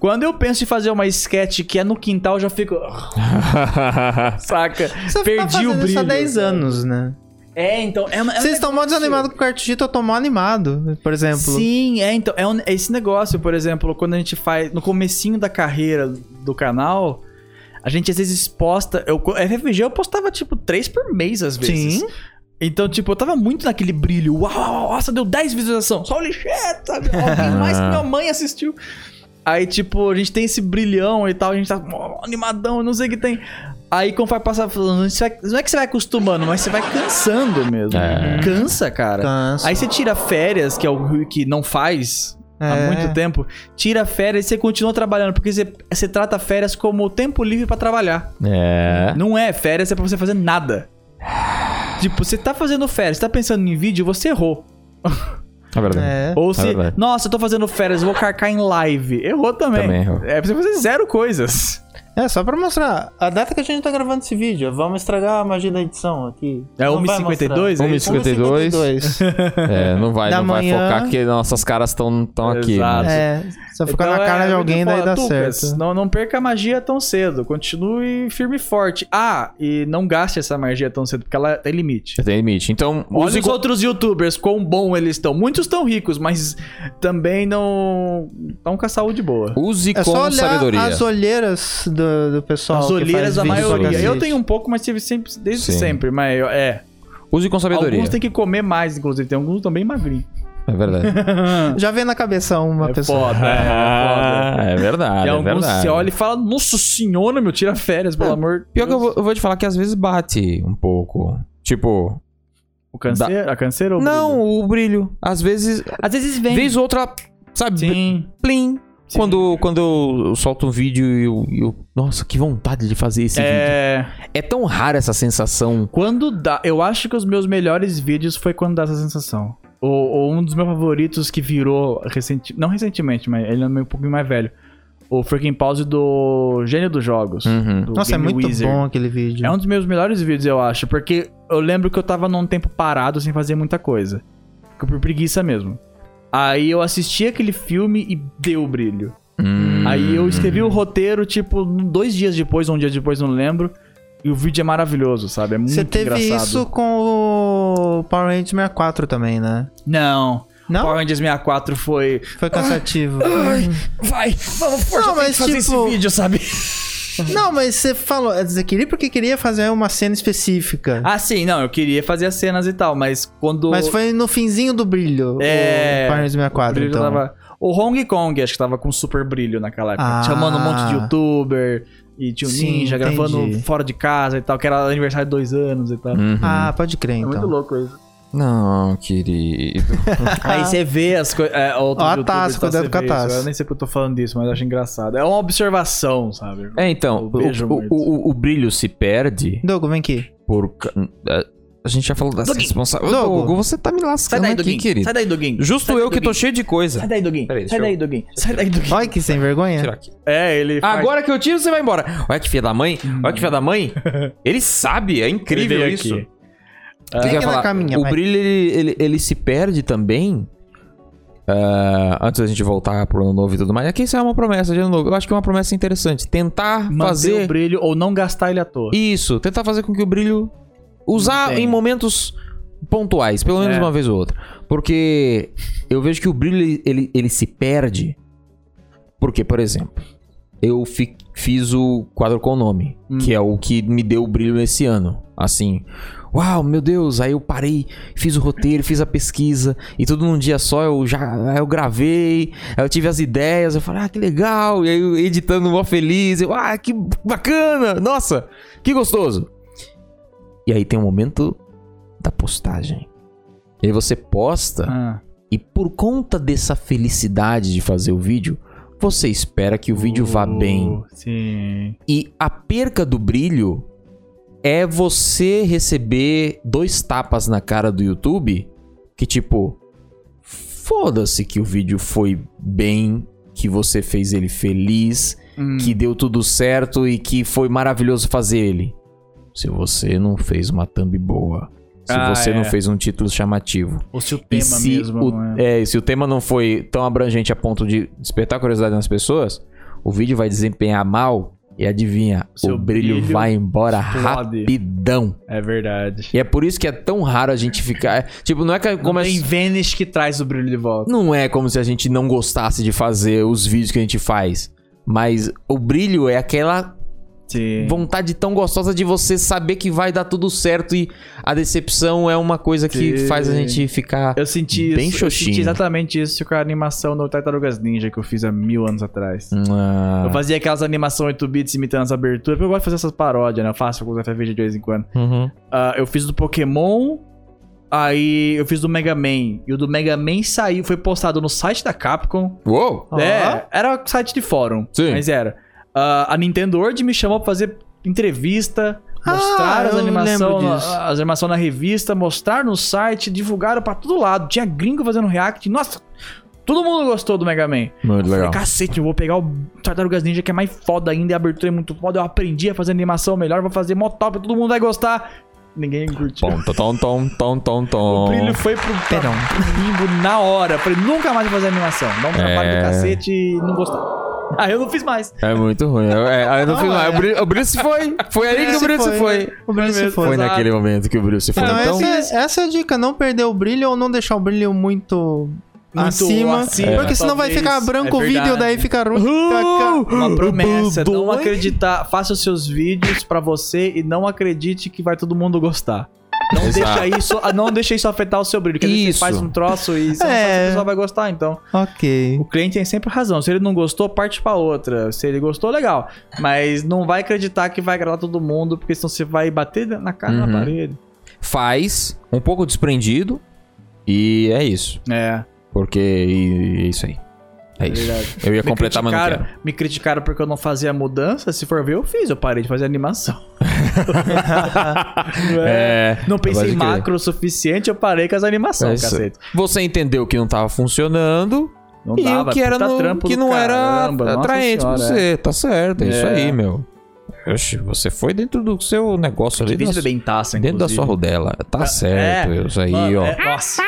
B: Quando eu penso em fazer uma sketch que é no quintal, eu já fico. "Ah, Saca?
C: Você
B: perdi
C: tá fazendo
B: o brilho.
C: isso há 10
B: sabe?
C: anos, né?
B: É, então. É uma, é um
C: Vocês estão mó
B: negócio-
C: desanimados com o cartuchito, eu tô mó animado, por exemplo.
B: Sim, é, então, é, um- é esse negócio, por exemplo, quando a gente faz, no comecinho da carreira do canal, a gente às vezes posta, eu, FFG eu postava tipo três por mês às vezes.
C: Sim.
B: Então, tipo, eu tava muito naquele brilho, uau, uau, nossa, deu 10 visualizações, só o lixeto, sabe? Alguém mais que minha mãe assistiu. Aí, tipo, a gente tem esse brilhão e tal, a gente tá ó, animadão, não sei o que tem. Aí, como vai passar, falando, você vai- não é que você vai acostumando, mas você vai cansando mesmo.
A: É.
B: Cansa, cara.
C: Canso.
B: Aí você tira férias, que é o Rui que não faz
C: É.
B: há tá muito tempo, tira férias e você continua trabalhando, porque você, você trata férias como tempo livre pra trabalhar.
A: É.
B: Não é férias, é pra você fazer nada. tipo, você tá fazendo férias, você tá pensando em vídeo, você errou.
A: É verdade.
C: É.
B: né? Ou se,
A: verdade.
B: nossa, eu tô fazendo férias, vou carcar em live. Errou também.
A: Também errou.
B: É pra você fazer zero coisas.
C: É, só pra mostrar. A data que a gente tá gravando esse vídeo, vamos estragar a magia da edição aqui.
B: É
C: Não vai
B: 1h52?
C: mostrar. É
A: 1h52.
C: 1h52.
A: É, não vai,
C: Da
A: não vai
C: manhã.
A: focar que nossas caras estão tão aqui.
B: Exato.
A: né?
C: é, só ficar
B: Então
C: na cara
B: é,
C: de
B: eu
C: alguém, daí
B: falo,
C: dá
B: Tucas,
C: certo.
B: Não, não perca a magia tão cedo. Continue firme e forte. Ah, e não gaste essa magia tão cedo, porque ela tem limite.
A: Tem limite. Então,
B: Olha
A: use
B: os outros youtubers, quão bom eles estão. Muitos estão ricos, mas também não estão com a saúde boa.
A: Use
C: É
A: com
C: só olhar
A: sabedoria.
C: as olheiras do, do pessoal.
B: As
C: que
B: olheiras
C: faz
B: da
C: vídeo pra
B: maioria.
C: cacete.
B: Eu tenho um pouco, mas tive sempre, desde
A: Sim.
B: sempre. Mas eu- é.
A: Use com sabedoria.
B: Alguns têm que comer mais, inclusive. Tem alguns também magrinhos.
A: É verdade.
C: Já vem na cabeça uma
B: é
C: pessoa.
B: foda, é, é foda.
A: Ah, é verdade.
B: Tem
A: é
B: alguns que
A: verdade.
B: você olha e fala, nossa senhora, meu, tira férias, pelo amor de
A: Pior que eu vou,
B: Deus."
A: eu vou te falar que às vezes bate um pouco. Tipo.
B: O câncer, a câncer ou
A: Não, o brilho. Às vezes.
B: Às vezes
A: Vez ou outra, sabe?
B: Sim.
A: Plim.
B: Sim.
A: Quando, quando eu solto um vídeo e eu, e eu- Nossa, que vontade de fazer esse vídeo.
B: É.
A: É tão rara essa sensação.
B: Quando dá. Eu acho que os meus melhores vídeos foi quando dá essa sensação. Ou, ou um dos meus favoritos que virou recente, não recentemente, mas ele é meio um pouquinho mais velho. O Freaking Pause do Gênio dos Jogos.
A: Uhum.
B: do
C: Nossa, é
B: Game
C: muito
B: Wizard.
C: bom aquele vídeo.
B: É um dos meus melhores vídeos, eu acho, porque eu lembro que eu tava num tempo parado sem fazer muita coisa. Fico Por preguiça mesmo. Aí eu assisti aquele filme e deu brilho.
A: Hum.
B: Aí eu escrevi o roteiro, tipo, dois dias depois, um dia depois, não lembro. E o vídeo é maravilhoso, sabe? É muito
C: Você teve
B: engraçado.
C: isso com o Power Rangers 64 também, né?
B: Não.
C: Não?
B: Power Rangers 64 foi.
C: Foi cansativo.
B: Vai, vamos força,
C: Não,
B: tem que
C: mas
B: fazer
C: tipo-
B: esse vídeo, sabe?
C: Não, mas você falou, é desequilíbrio porque queria fazer uma cena específica.
B: Ah, sim, não, eu queria fazer as cenas e tal, mas quando.
C: Mas foi no finzinho do brilho.
B: É.
C: O Power Rangers
B: o
C: 64,
B: brilho
C: então.
B: tava. O Hong Kong, acho que tava com super brilho naquela época.
C: Ah.
B: Chamando um monte de youtuber e tinha um
C: Sim,
B: ninja
C: entendi.
B: gravando fora de casa e tal, que era aniversário de dois anos e tal.
A: Uhum.
C: Ah, pode crer,
B: É
C: então.
B: muito louco isso.
A: Não, querido. Tá.
B: Aí você vê as coisas. É, outros
C: Ó a
B: youtubers,
C: taça,
B: tá,
C: cuidado
B: você
C: com a
B: vê isso.
C: taça.
B: Eu nem sei porque eu tô falando disso, mas eu acho engraçado. É uma observação, sabe?
A: É, então,
B: Eu vejo
A: o, o-
B: muito.
A: o- o brilho se perde
C: Dogo, vem aqui.
A: por. ca- A, a gente já falou dessa
B: Doguinho.
A: responsável.
C: Dogo.
A: Dogo, você tá me
B: Sai
A: lascando
B: daí,
A: aqui,
B: Doguinho.
A: querido.
B: Sai daí, Doguinho.
A: Justo
B: Sai daí,
A: eu que tô
B: Doguinho.
A: cheio de coisa.
B: Sai daí, Doguinho.
A: Peraí,
B: Sai
A: deixa
B: daí,
A: eu-
B: Doguinho. Sai daí, Doguinho.
C: Olha que sem vergonha.
A: Tirar aqui.
B: É, ele faz-
A: Agora que eu tiro, você vai embora. Olha que filha da mãe. Olha que filha da mãe. Ele sabe, é
B: Ele
A: incrível
B: veio
A: isso.
B: aqui.
A: O que
C: Fica
A: eu ia
C: aqui na
A: falar?
C: caminha,
A: o
C: vai.
A: brilho ele, ele, ele se perde também. ah, antes da gente voltar pro ano novo e tudo mais, aqui isso é uma promessa de ano novo. Eu acho que é uma promessa interessante. Tentar
B: Manter
A: fazer
B: o brilho ou não gastar ele à toa.
A: isso, tentar fazer com que o brilho usar
B: Mantenha.
A: em momentos pontuais, pelo menos
B: É.
A: uma vez ou outra. Porque eu vejo que o brilho ele, ele, ele se perde. Porque, por exemplo, eu fi- fiz o quadro com o nome,
B: Hum.
A: que é o que me deu o brilho nesse ano. Assim, uau, meu Deus, aí eu parei, fiz o roteiro, fiz a pesquisa, e tudo num dia só eu já aí eu gravei, aí eu tive as ideias, eu falei, ah, que legal, e aí eu editando mó feliz, eu, ah, que bacana, nossa, que gostoso. E aí tem o momento da postagem. E aí você posta.
B: Ah,
A: E por conta dessa felicidade de fazer o vídeo, você espera que o vídeo vá
B: uh,
A: bem.
B: Sim.
A: E a perca do brilho é você receber dois tapas na cara do YouTube que tipo foda-se que o vídeo foi bem, que você fez ele feliz,
B: Hum.
A: que deu tudo certo e que foi maravilhoso fazer ele. Se você não fez uma thumb boa, se
B: Ah,
A: você
B: é.
A: não fez um título chamativo,
B: Ou se o
A: e
B: tema
A: se
B: mesmo.
A: o,
B: não é.
A: é, e se o tema não foi tão abrangente a ponto de despertar curiosidade nas pessoas, o vídeo vai desempenhar mal e adivinha,
B: Seu
A: o brilho,
B: brilho
A: vai embora
B: explode.
A: rapidão.
B: É verdade.
A: E é por isso que é tão raro a gente ficar. é, tipo, não é que como a-
B: Tem Vênus que traz o brilho de volta.
A: não é como se a gente não gostasse de fazer os vídeos que a gente faz. Mas o brilho é aquela
B: Sim.
A: vontade tão gostosa de você saber que vai dar tudo certo e a decepção é uma coisa que
B: Sim.
A: faz a gente ficar.
B: Eu senti
A: Bem
B: isso. Eu senti
A: xoxinho.
B: exatamente isso com a animação do Tartarugas Ninja que eu fiz há mil anos atrás.
A: Ah.
B: Eu fazia aquelas animações 8 bits imitando as aberturas, porque eu gosto de fazer essas paródias, né? Eu faço com os FV de vez em quando.
A: Uhum.
B: Ah, eu fiz do Pokémon, aí eu fiz do Mega Man. E o do Mega Man saiu, foi postado no site da Capcom.
A: Uou!
C: Ah.
B: É, era site de fórum,
A: Sim.
B: mas era. Ah, a Nintendo World me chamou pra fazer entrevista,
C: Ah,
B: mostrar as
C: eu
B: animações
C: lembro disso.
B: as animações na revista, mostrar no site, divulgaram pra todo lado. Tinha gringo fazendo react, nossa... Todo mundo gostou do Mega Man.
A: Muito
B: Falei, cacete, eu vou pegar o Tartarugas Ninja que é mais foda ainda, e a abertura é muito foda, eu aprendi a fazer animação melhor, vou fazer mó top, todo mundo vai gostar. Ninguém curtiu.
A: Tom, tom, tom, tom, tom, tom, tom.
B: O brilho foi pro, pra-
C: Perdão.
B: pro limbo na hora. Eu Falei, nunca mais vou fazer animação. Dá um trabalho
A: É.
B: do cacete e não gostar. Aí eu não fiz mais.
A: É muito ruim. É, é, eu não
C: Não,
A: fiz mais.
C: é.
A: O brilho, o brilho se foi.
B: É
A: Foi aí que o brilho se foi.
C: O brilho se
B: mesmo.
A: Foi
B: né?
C: foi. né?
B: Exato.
A: naquele momento que o brilho se foi.
C: Então,
A: Então,
C: essa, essa é a dica, não perder o brilho ou não deixar o brilho muito, acima, é.
B: acima,
C: Porque senão vai
B: talvez.
C: ficar branco
B: É
C: o vídeo,
B: verdade. Uh,
C: daí fica ruim. Fica-
B: Uma promessa, não
A: Dois.
B: acreditar. Faça os seus vídeos pra você e não acredite que vai todo mundo gostar. Não
A: Exato.
B: deixa, isso, ah, não deixa isso afetar o seu brilho. Porque às vezes
A: Isso.
B: você faz um troço e você não
C: É.
B: sabe se a pessoa vai gostar, então.
C: Ok.
B: O cliente tem sempre razão. Se ele não gostou, parte pra outra. Se ele gostou, legal. Mas não vai acreditar que vai agradar todo mundo, porque senão você vai bater na cara
A: Uhum.
B: na parede.
A: faz um pouco desprendido. E é isso.
B: É,
A: Porque e- e é isso aí. É isso.
B: verdade.
A: Eu ia completar, mas não
B: criticaram,
A: quero.
B: me criticaram porque eu não fazia mudança. Se for ver, eu fiz. Eu parei de fazer animação. Não é?
A: É,
B: Não pensei
A: pode
B: em
A: crer.
B: macro o suficiente, eu parei com as
A: É
B: animações,
A: isso.
B: cacete.
A: Você entendeu que não tava funcionando
B: Não
A: e o que, era
B: puta
A: no-
B: trampo
A: que
B: do
A: não era
B: caramba, nossa
A: atraente pra
B: senhora, é.
A: você. Tá certo, é, isso
B: É.
A: aí, meu. Oxe, você foi dentro do seu negócio ali. da
B: Difícil beber em taça,
A: Dentro da
B: inclusive.
A: sua rodela. Tá certo,
B: é.
A: isso aí,
B: Mano,
A: ó.
B: é- nossa.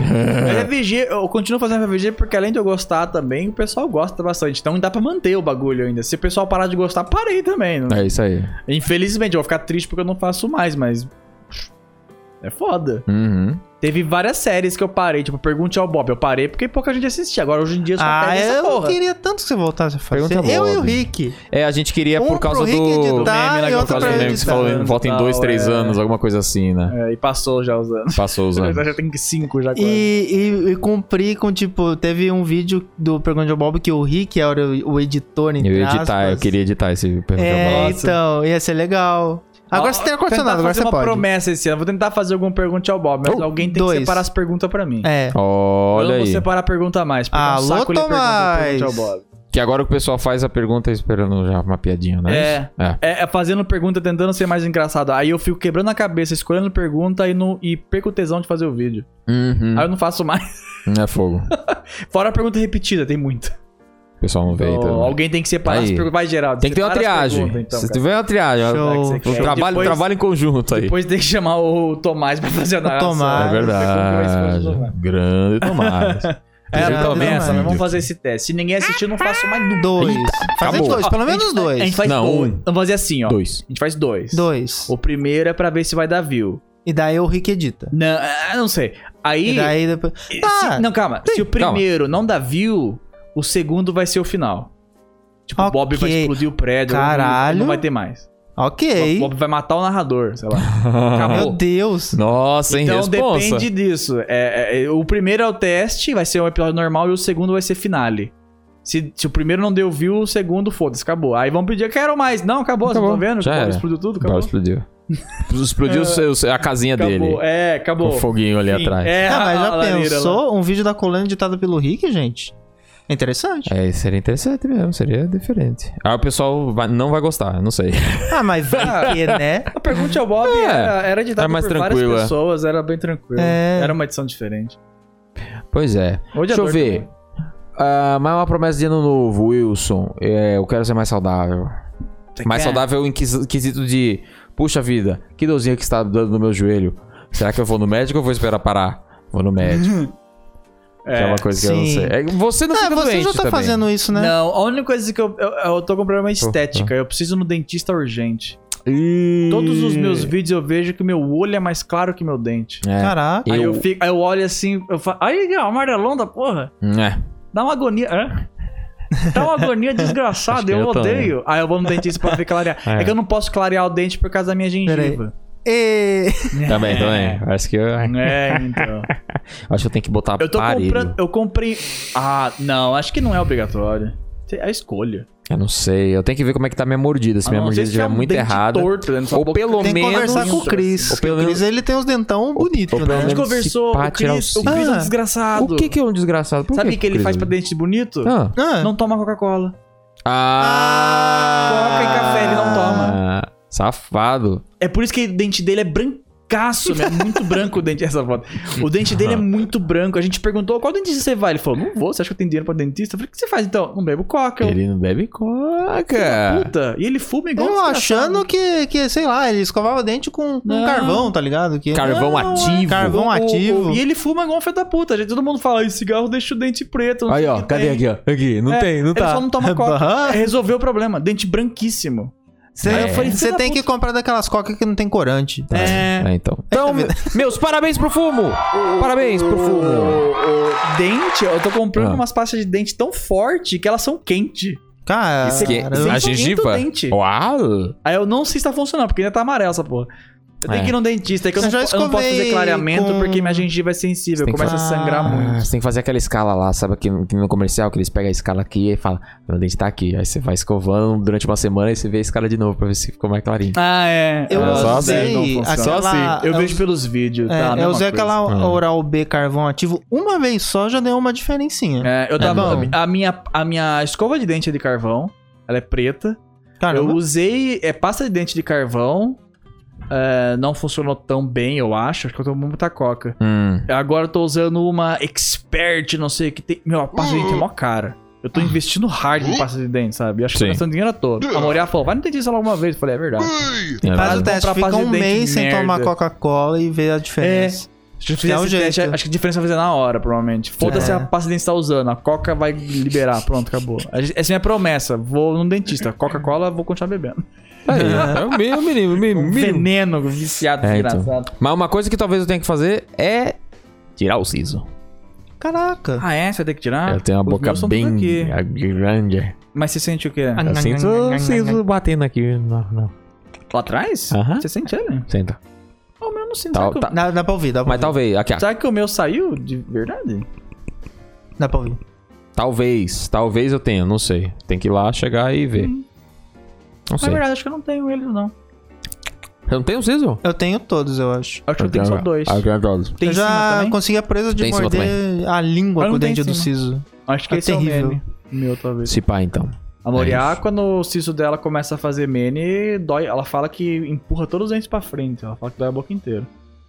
B: FVG, eu continuo fazendo FVG porque além de eu gostar também, o pessoal gosta bastante. Então dá pra manter o bagulho ainda. Se o pessoal parar de gostar, parei também. não-
A: É. isso aí.
B: Infelizmente, eu vou ficar triste porque eu não faço mais, mas. É foda.
A: Uhum.
B: Teve várias séries que eu parei, tipo, Pergunte ao Bob. Eu parei porque pouca gente assistia. Agora hoje em dia só
C: Ah,
B: pega essa
C: eu
B: porra.
C: queria tanto que você voltasse a fazer.
A: Pergunta
C: Eu
A: boa,
C: e o
A: Bob.
C: Rick.
A: É, a gente queria
C: Um
A: por causa
C: pro
A: do.
C: Rick
A: do
C: editar e
B: meme lá que eu
C: outro
A: Por causa
B: falei,
A: do
C: pra
A: meme que
C: editar.
A: você falou em volta em dois,
B: Tal,
A: três
B: é.
A: anos, alguma coisa assim, né?
B: É, e passou já os anos.
A: Passou os anos.
B: Já tem cinco já quase.
C: E, e, e cumprir com, tipo, teve um vídeo do Pergunta ao Bob que o Rick era o, o editor, entre
A: Eu ia editar, eu
C: aspas.
A: queria editar esse pergunta
C: É,
A: ao Bob.
B: Nossa.
C: então, ia ser legal. Agora
B: Ó,
C: você tem
B: tentar
C: ar-condicionado, agora
B: fazer
C: você
B: uma
C: pode.
B: promessa esse ano. Vou tentar fazer algum pergunte ao Bob, mas
A: Oh,
B: alguém tem
C: dois.
B: que separar as perguntas pra mim.
C: É.
A: Olha
B: eu não
A: aí.
B: vou separar a pergunta mais, porque é um
C: Alô,
B: saco ler pergunta,
C: Tomás.
B: pergunte ao Bob.
A: Que agora o pessoal faz a pergunta esperando já uma piadinha, né?
B: É.
A: É.
B: É, é fazendo pergunta, tentando ser mais engraçado. Aí eu fico quebrando a cabeça, escolhendo pergunta e, não e perco o tesão de fazer o vídeo.
A: Uhum.
B: Aí eu não faço mais.
A: É fogo.
B: Fora a pergunta repetida, tem muita.
A: pessoal não vê.
B: Então,
A: então.
B: alguém tem que separar
A: Aí.
B: as perguntas. Vai, Geraldo.
A: Tem que ter uma
B: separa as
A: triagem.
B: perguntas, então,
A: Se
B: cara.
A: tiver uma triagem,
C: Show.
B: Será que você
A: um
B: quer?
A: trabalho,
B: Depois-
A: trabalho em conjunto aí.
B: Depois tem que chamar o Tomás pra fazer a narração.
A: É
C: Tomás. Ah,
A: verdade. Grande Tomás.
B: É,
A: Grande
C: Geraldo
B: promessa,
A: Tomás.
B: mas vamos fazer esse teste. Se ninguém assistir, não faço mais nunca.
C: Dois. Fazer
A: acabou.
C: dois, pelo menos
B: A gente
C: dois.
B: faz
A: Não,
B: dois.
A: um.
B: Vamos fazer assim, ó.
A: Dois.
B: A gente faz dois.
C: Dois.
B: O primeiro é pra ver se vai dar view.
C: E daí o Rick edita.
B: Não, ah, não
C: E
B: sei. Aí.
C: daí depois.
B: se-
C: Tá.
B: não, calma. se o
A: calma.
B: primeiro não dá view, o segundo vai ser o final. Tipo, o Bob vai
C: Ok.
B: explodir o prédio.
C: Caralho.
B: Não vai ter mais. O
C: Ok.
B: Bob vai matar o narrador, sei lá. Acabou.
C: Meu Deus.
A: Nossa, hein?
B: Então
A: responsa.
B: depende disso. É, é, é, o primeiro é o teste, vai ser um episódio normal, e o segundo vai ser finale. Se, se o primeiro não deu view, o segundo, foda-se, acabou. Aí vamos pedir, quero mais. Não, acabou, vocês
A: Acabou.
B: estão vendo?
A: Já
B: Acabou,
A: era.
B: explodiu tudo,
A: Agora
B: acabou.
A: explodiu. Explodiu o seu- seu- a casinha dele.
B: acabou. É,
A: Com
B: acabou.
A: o foguinho ali
B: Enfim,
A: atrás.
B: É,
C: Ah, mas
B: a
C: já
B: lareira lá.
C: pensou um vídeo da colônia editado pelo Rick, gente? É interessante.
A: É, seria interessante mesmo, seria diferente. Aí o pessoal vai- não vai gostar, não sei.
C: Ah, mas vai que, né?
B: A pergunta ao Bob
A: É,
B: era, era editada
A: era mais
B: por
A: tranquilo, é.
B: várias pessoas, era bem tranquilo.
C: É.
B: Era uma edição diferente.
A: Pois é.
B: Hoje
A: Deixa eu ver. Ah, mais uma promessa de ano novo, Wilson. É, eu quero ser mais saudável. Mais saudável em quis- quesito de. Puxa vida, que dorzinha que está dando no meu joelho. Será que eu vou no médico ou vou esperar parar? Vou no médico, que é
B: É.
A: uma coisa que eu não
C: sim.
A: sei. É, você não
C: Ah,
A: fica
C: você
A: doente
C: já tá
A: também.
C: fazendo isso, né?
B: Não, a única coisa que eu, eu, eu tô com problema é
A: Oh,
B: estética. Eu preciso no dentista urgente.
A: Ih.
B: Todos os meus vídeos eu vejo que meu olho é mais claro que meu dente.
A: É.
C: Caraca.
B: Aí eu,
A: Eu-
B: fico, aí eu olho assim, eu falo, aí, ó, amarelão da porra,
A: É.
B: dá uma agonia. Hã? Dá uma agonia
A: Acho
B: desgraçada,
A: que
B: eu,
A: eu também.
B: odeio. Aí eu vou no dentista pra ver clarear.
A: É.
B: É. que eu não posso clarear o dente por causa da minha gengiva.
C: E...
A: Também, também. Acho que eu,
B: É, então.
A: acho que eu tenho que botar
B: Eu tô
A: aparelho.
B: comprando. Eu comprei. Ah, não, acho que não é obrigatório. É a escolha.
A: Eu não sei, eu tenho que ver como é que tá minha mordida. Se
B: A
A: minha
B: não ser
A: mordida
B: se tiver
A: estiver
B: um
A: muito
B: dente
A: errada.
B: torto dentro da sua
A: Ou
B: boca.
A: pelo
C: Tem que
A: menos.
C: conversar com o Chris.
A: Ou pelo
C: o Chris,
A: menos-
C: ele tem uns dentão bonitos,
A: ou pelo
C: né?
B: A gente
A: menos
B: conversou,
A: pá,
B: o
A: tirar o
B: Cris, o
A: cílio.
B: Cris é um
C: Ah,
B: desgraçado.
A: O que que é um desgraçado? Por
B: Sabe o que ele
A: Chris?
B: faz pra dente bonito?
A: Ah.
C: Ah.
B: Não toma Coca-Cola.
A: Ah!
B: Coca e café ele não toma.
A: Safado.
B: É por isso que o dente dele é brancaço, né? Muito branco o dente. Essa foto. O dente dele é muito branco. A gente perguntou qual dentista você vai. Ele falou: não vou, você acha que eu tenho dinheiro pra dentista? Eu falei, o que você faz então? Não bebo coca. eu-
A: Ele é. não bebe coca.
B: Puta. E ele fuma igual.
C: Eu
B: um
C: achando que,
B: desgraçado.
C: que, sei lá, ele escovava o dente com, com
B: Não.
C: carvão, tá ligado? Que...
A: Carvão
B: Não, é
A: ativo.
C: Carvão
B: O- o-
C: ativo.
B: E ele fuma igual um filho da puta. Gente, todo mundo fala: "Ai, cigarro deixa o dente preto. não sei
A: Aí,
B: o
A: ó.
B: que
A: Cadê
B: tem."
A: aqui, ó? Aqui, não
B: É,
A: tem, não
B: Ele
A: tá.
B: só não toma coca. É,
C: Aham.
B: Resolveu o problema. Dente branquíssimo.
C: Você
A: É.
C: eu falei,
B: Filho
C: você
B: da
C: tem que comprar daquelas cocas que não tem corante.
B: É.
A: É, então. Então, me- meus parabéns pro fumo! Parabéns pro fumo!
B: Dente, eu tô comprando
A: Ah.
B: umas pastas de dente tão forte que elas são quentes.
C: Cara,
A: Isso que-
B: Sem
A: a gengiva?
B: dente.
A: Uau!
B: Aí eu não sei se tá funcionando, porque ainda tá amarela essa porra. Eu tenho
A: É.
B: que ir num dentista, é que eu
C: Eu
B: não,
C: já
B: po- eu não posso fazer
C: escovei
B: clareamento
C: com-
B: porque minha gengiva é sensível,
A: Tem que
B: começa a
C: fazer-
B: sangrar
A: Ah,
B: Tá muito.
A: você tem que fazer aquela escala lá, sabe? Que, que no comercial, que eles pegam a escala aqui e falam, meu dente tá aqui. Aí você vai escovando durante uma semana e você vê a escala de novo pra ver se ficou mais clarinho.
B: Ah, é.
C: Eu
A: Ah, só
C: usei
B: não funciona.
C: aquela- Só assim.
B: Eu
C: eu
B: vejo
C: us-
B: pelos vídeos,
C: É,
B: tá? A
C: eu
B: mesma
C: usei
B: coisa.
C: aquela
A: Ah.
C: Oral B carvão ativo uma vez só, já deu uma diferencinha.
B: É, eu tava.
C: bom.
B: a, minha, a minha escova de dente é de carvão. Ela é preta.
C: Cara,
B: Eu usei é, pasta de dente de carvão. é, não funcionou tão bem, eu acho. Acho que eu tomo muita coca.
A: Hum.
B: Agora eu tô usando uma expert, não sei o que tem. Meu, a pasta de dente é mó cara. Eu tô investindo hard em pasta de dente, sabe? Eu acho que tô
A: Sim.
B: gastando dinheiro à toa. A Moriá falou, vai no dentista lá alguma vez. Eu falei, é verdade.
A: É
C: faz o
A: verdade.
C: teste,
B: comprar
C: fica
B: pasta de
C: um
B: dente,
C: mês sem
B: merda. É.
C: tomar Coca-Cola e ver a diferença.
B: Se eu fizer
C: Dá um
B: Tipo, esse teste, é-
C: jeito.
B: acho que a diferença vai fazer na hora, provavelmente. Foda-se
C: É.
B: a pasta de dente que você tá usando. A Coca vai liberar. Pronto, acabou. A gente- Essa é a minha promessa. Vou num dentista. Coca-Cola, vou continuar bebendo.
A: Aí, é o mínimo, mínimo, mínimo, mínimo.
B: Um Veneno, viciado,
A: É, então.
B: desgraçado.
A: Mas uma coisa que talvez eu tenha que fazer é tirar o siso.
C: Caraca.
B: Ah, é? Você vai ter que tirar?
A: eu tenho uma
B: Os
A: boca
B: meus são tudo
A: bem
B: aqui.
A: grande.
B: Mas você sente o quê?
A: Eu sinto o siso batendo aqui. Não, não.
B: Lá atrás?
A: Aham.
B: Você sente ele?
A: Senta.
B: Ah, O meu não sinto.
A: Tá,
B: Será que,
A: tá.
C: Dá, dá pra ouvir, dá pra
A: Mas
C: ouvir.
A: talvez, aqui, ó.
B: Eu... Será que o meu saiu de verdade? tá-
C: Dá pra ouvir.
A: Talvez, talvez eu tenha, não sei. Tem que ir lá, chegar e ver.
B: Hum.
A: Não
B: Na
A: sei.
B: verdade, acho que eu não tenho ele, não.
A: Eu não tenho o siso?
C: Eu tenho todos, eu acho.
B: Acho que eu tenho só dois.
A: Ah, eu tenho todos.
B: Tem
C: eu
B: em cima
C: já
B: também?
C: consegui a presa de
A: Tem em cima
C: morder a língua
B: Mas
C: com
B: não
C: o
B: tem em
C: dente do
B: cima.
C: siso.
B: Acho que
C: É
B: esse é o
C: terrível.
B: meme. Meu, talvez.
A: Se pá, então.
B: A Moriá, quando o siso dela começa a fazer mene, dói. Ela fala que empurra todos os dentes pra frente. Ela fala que dói a boca inteira.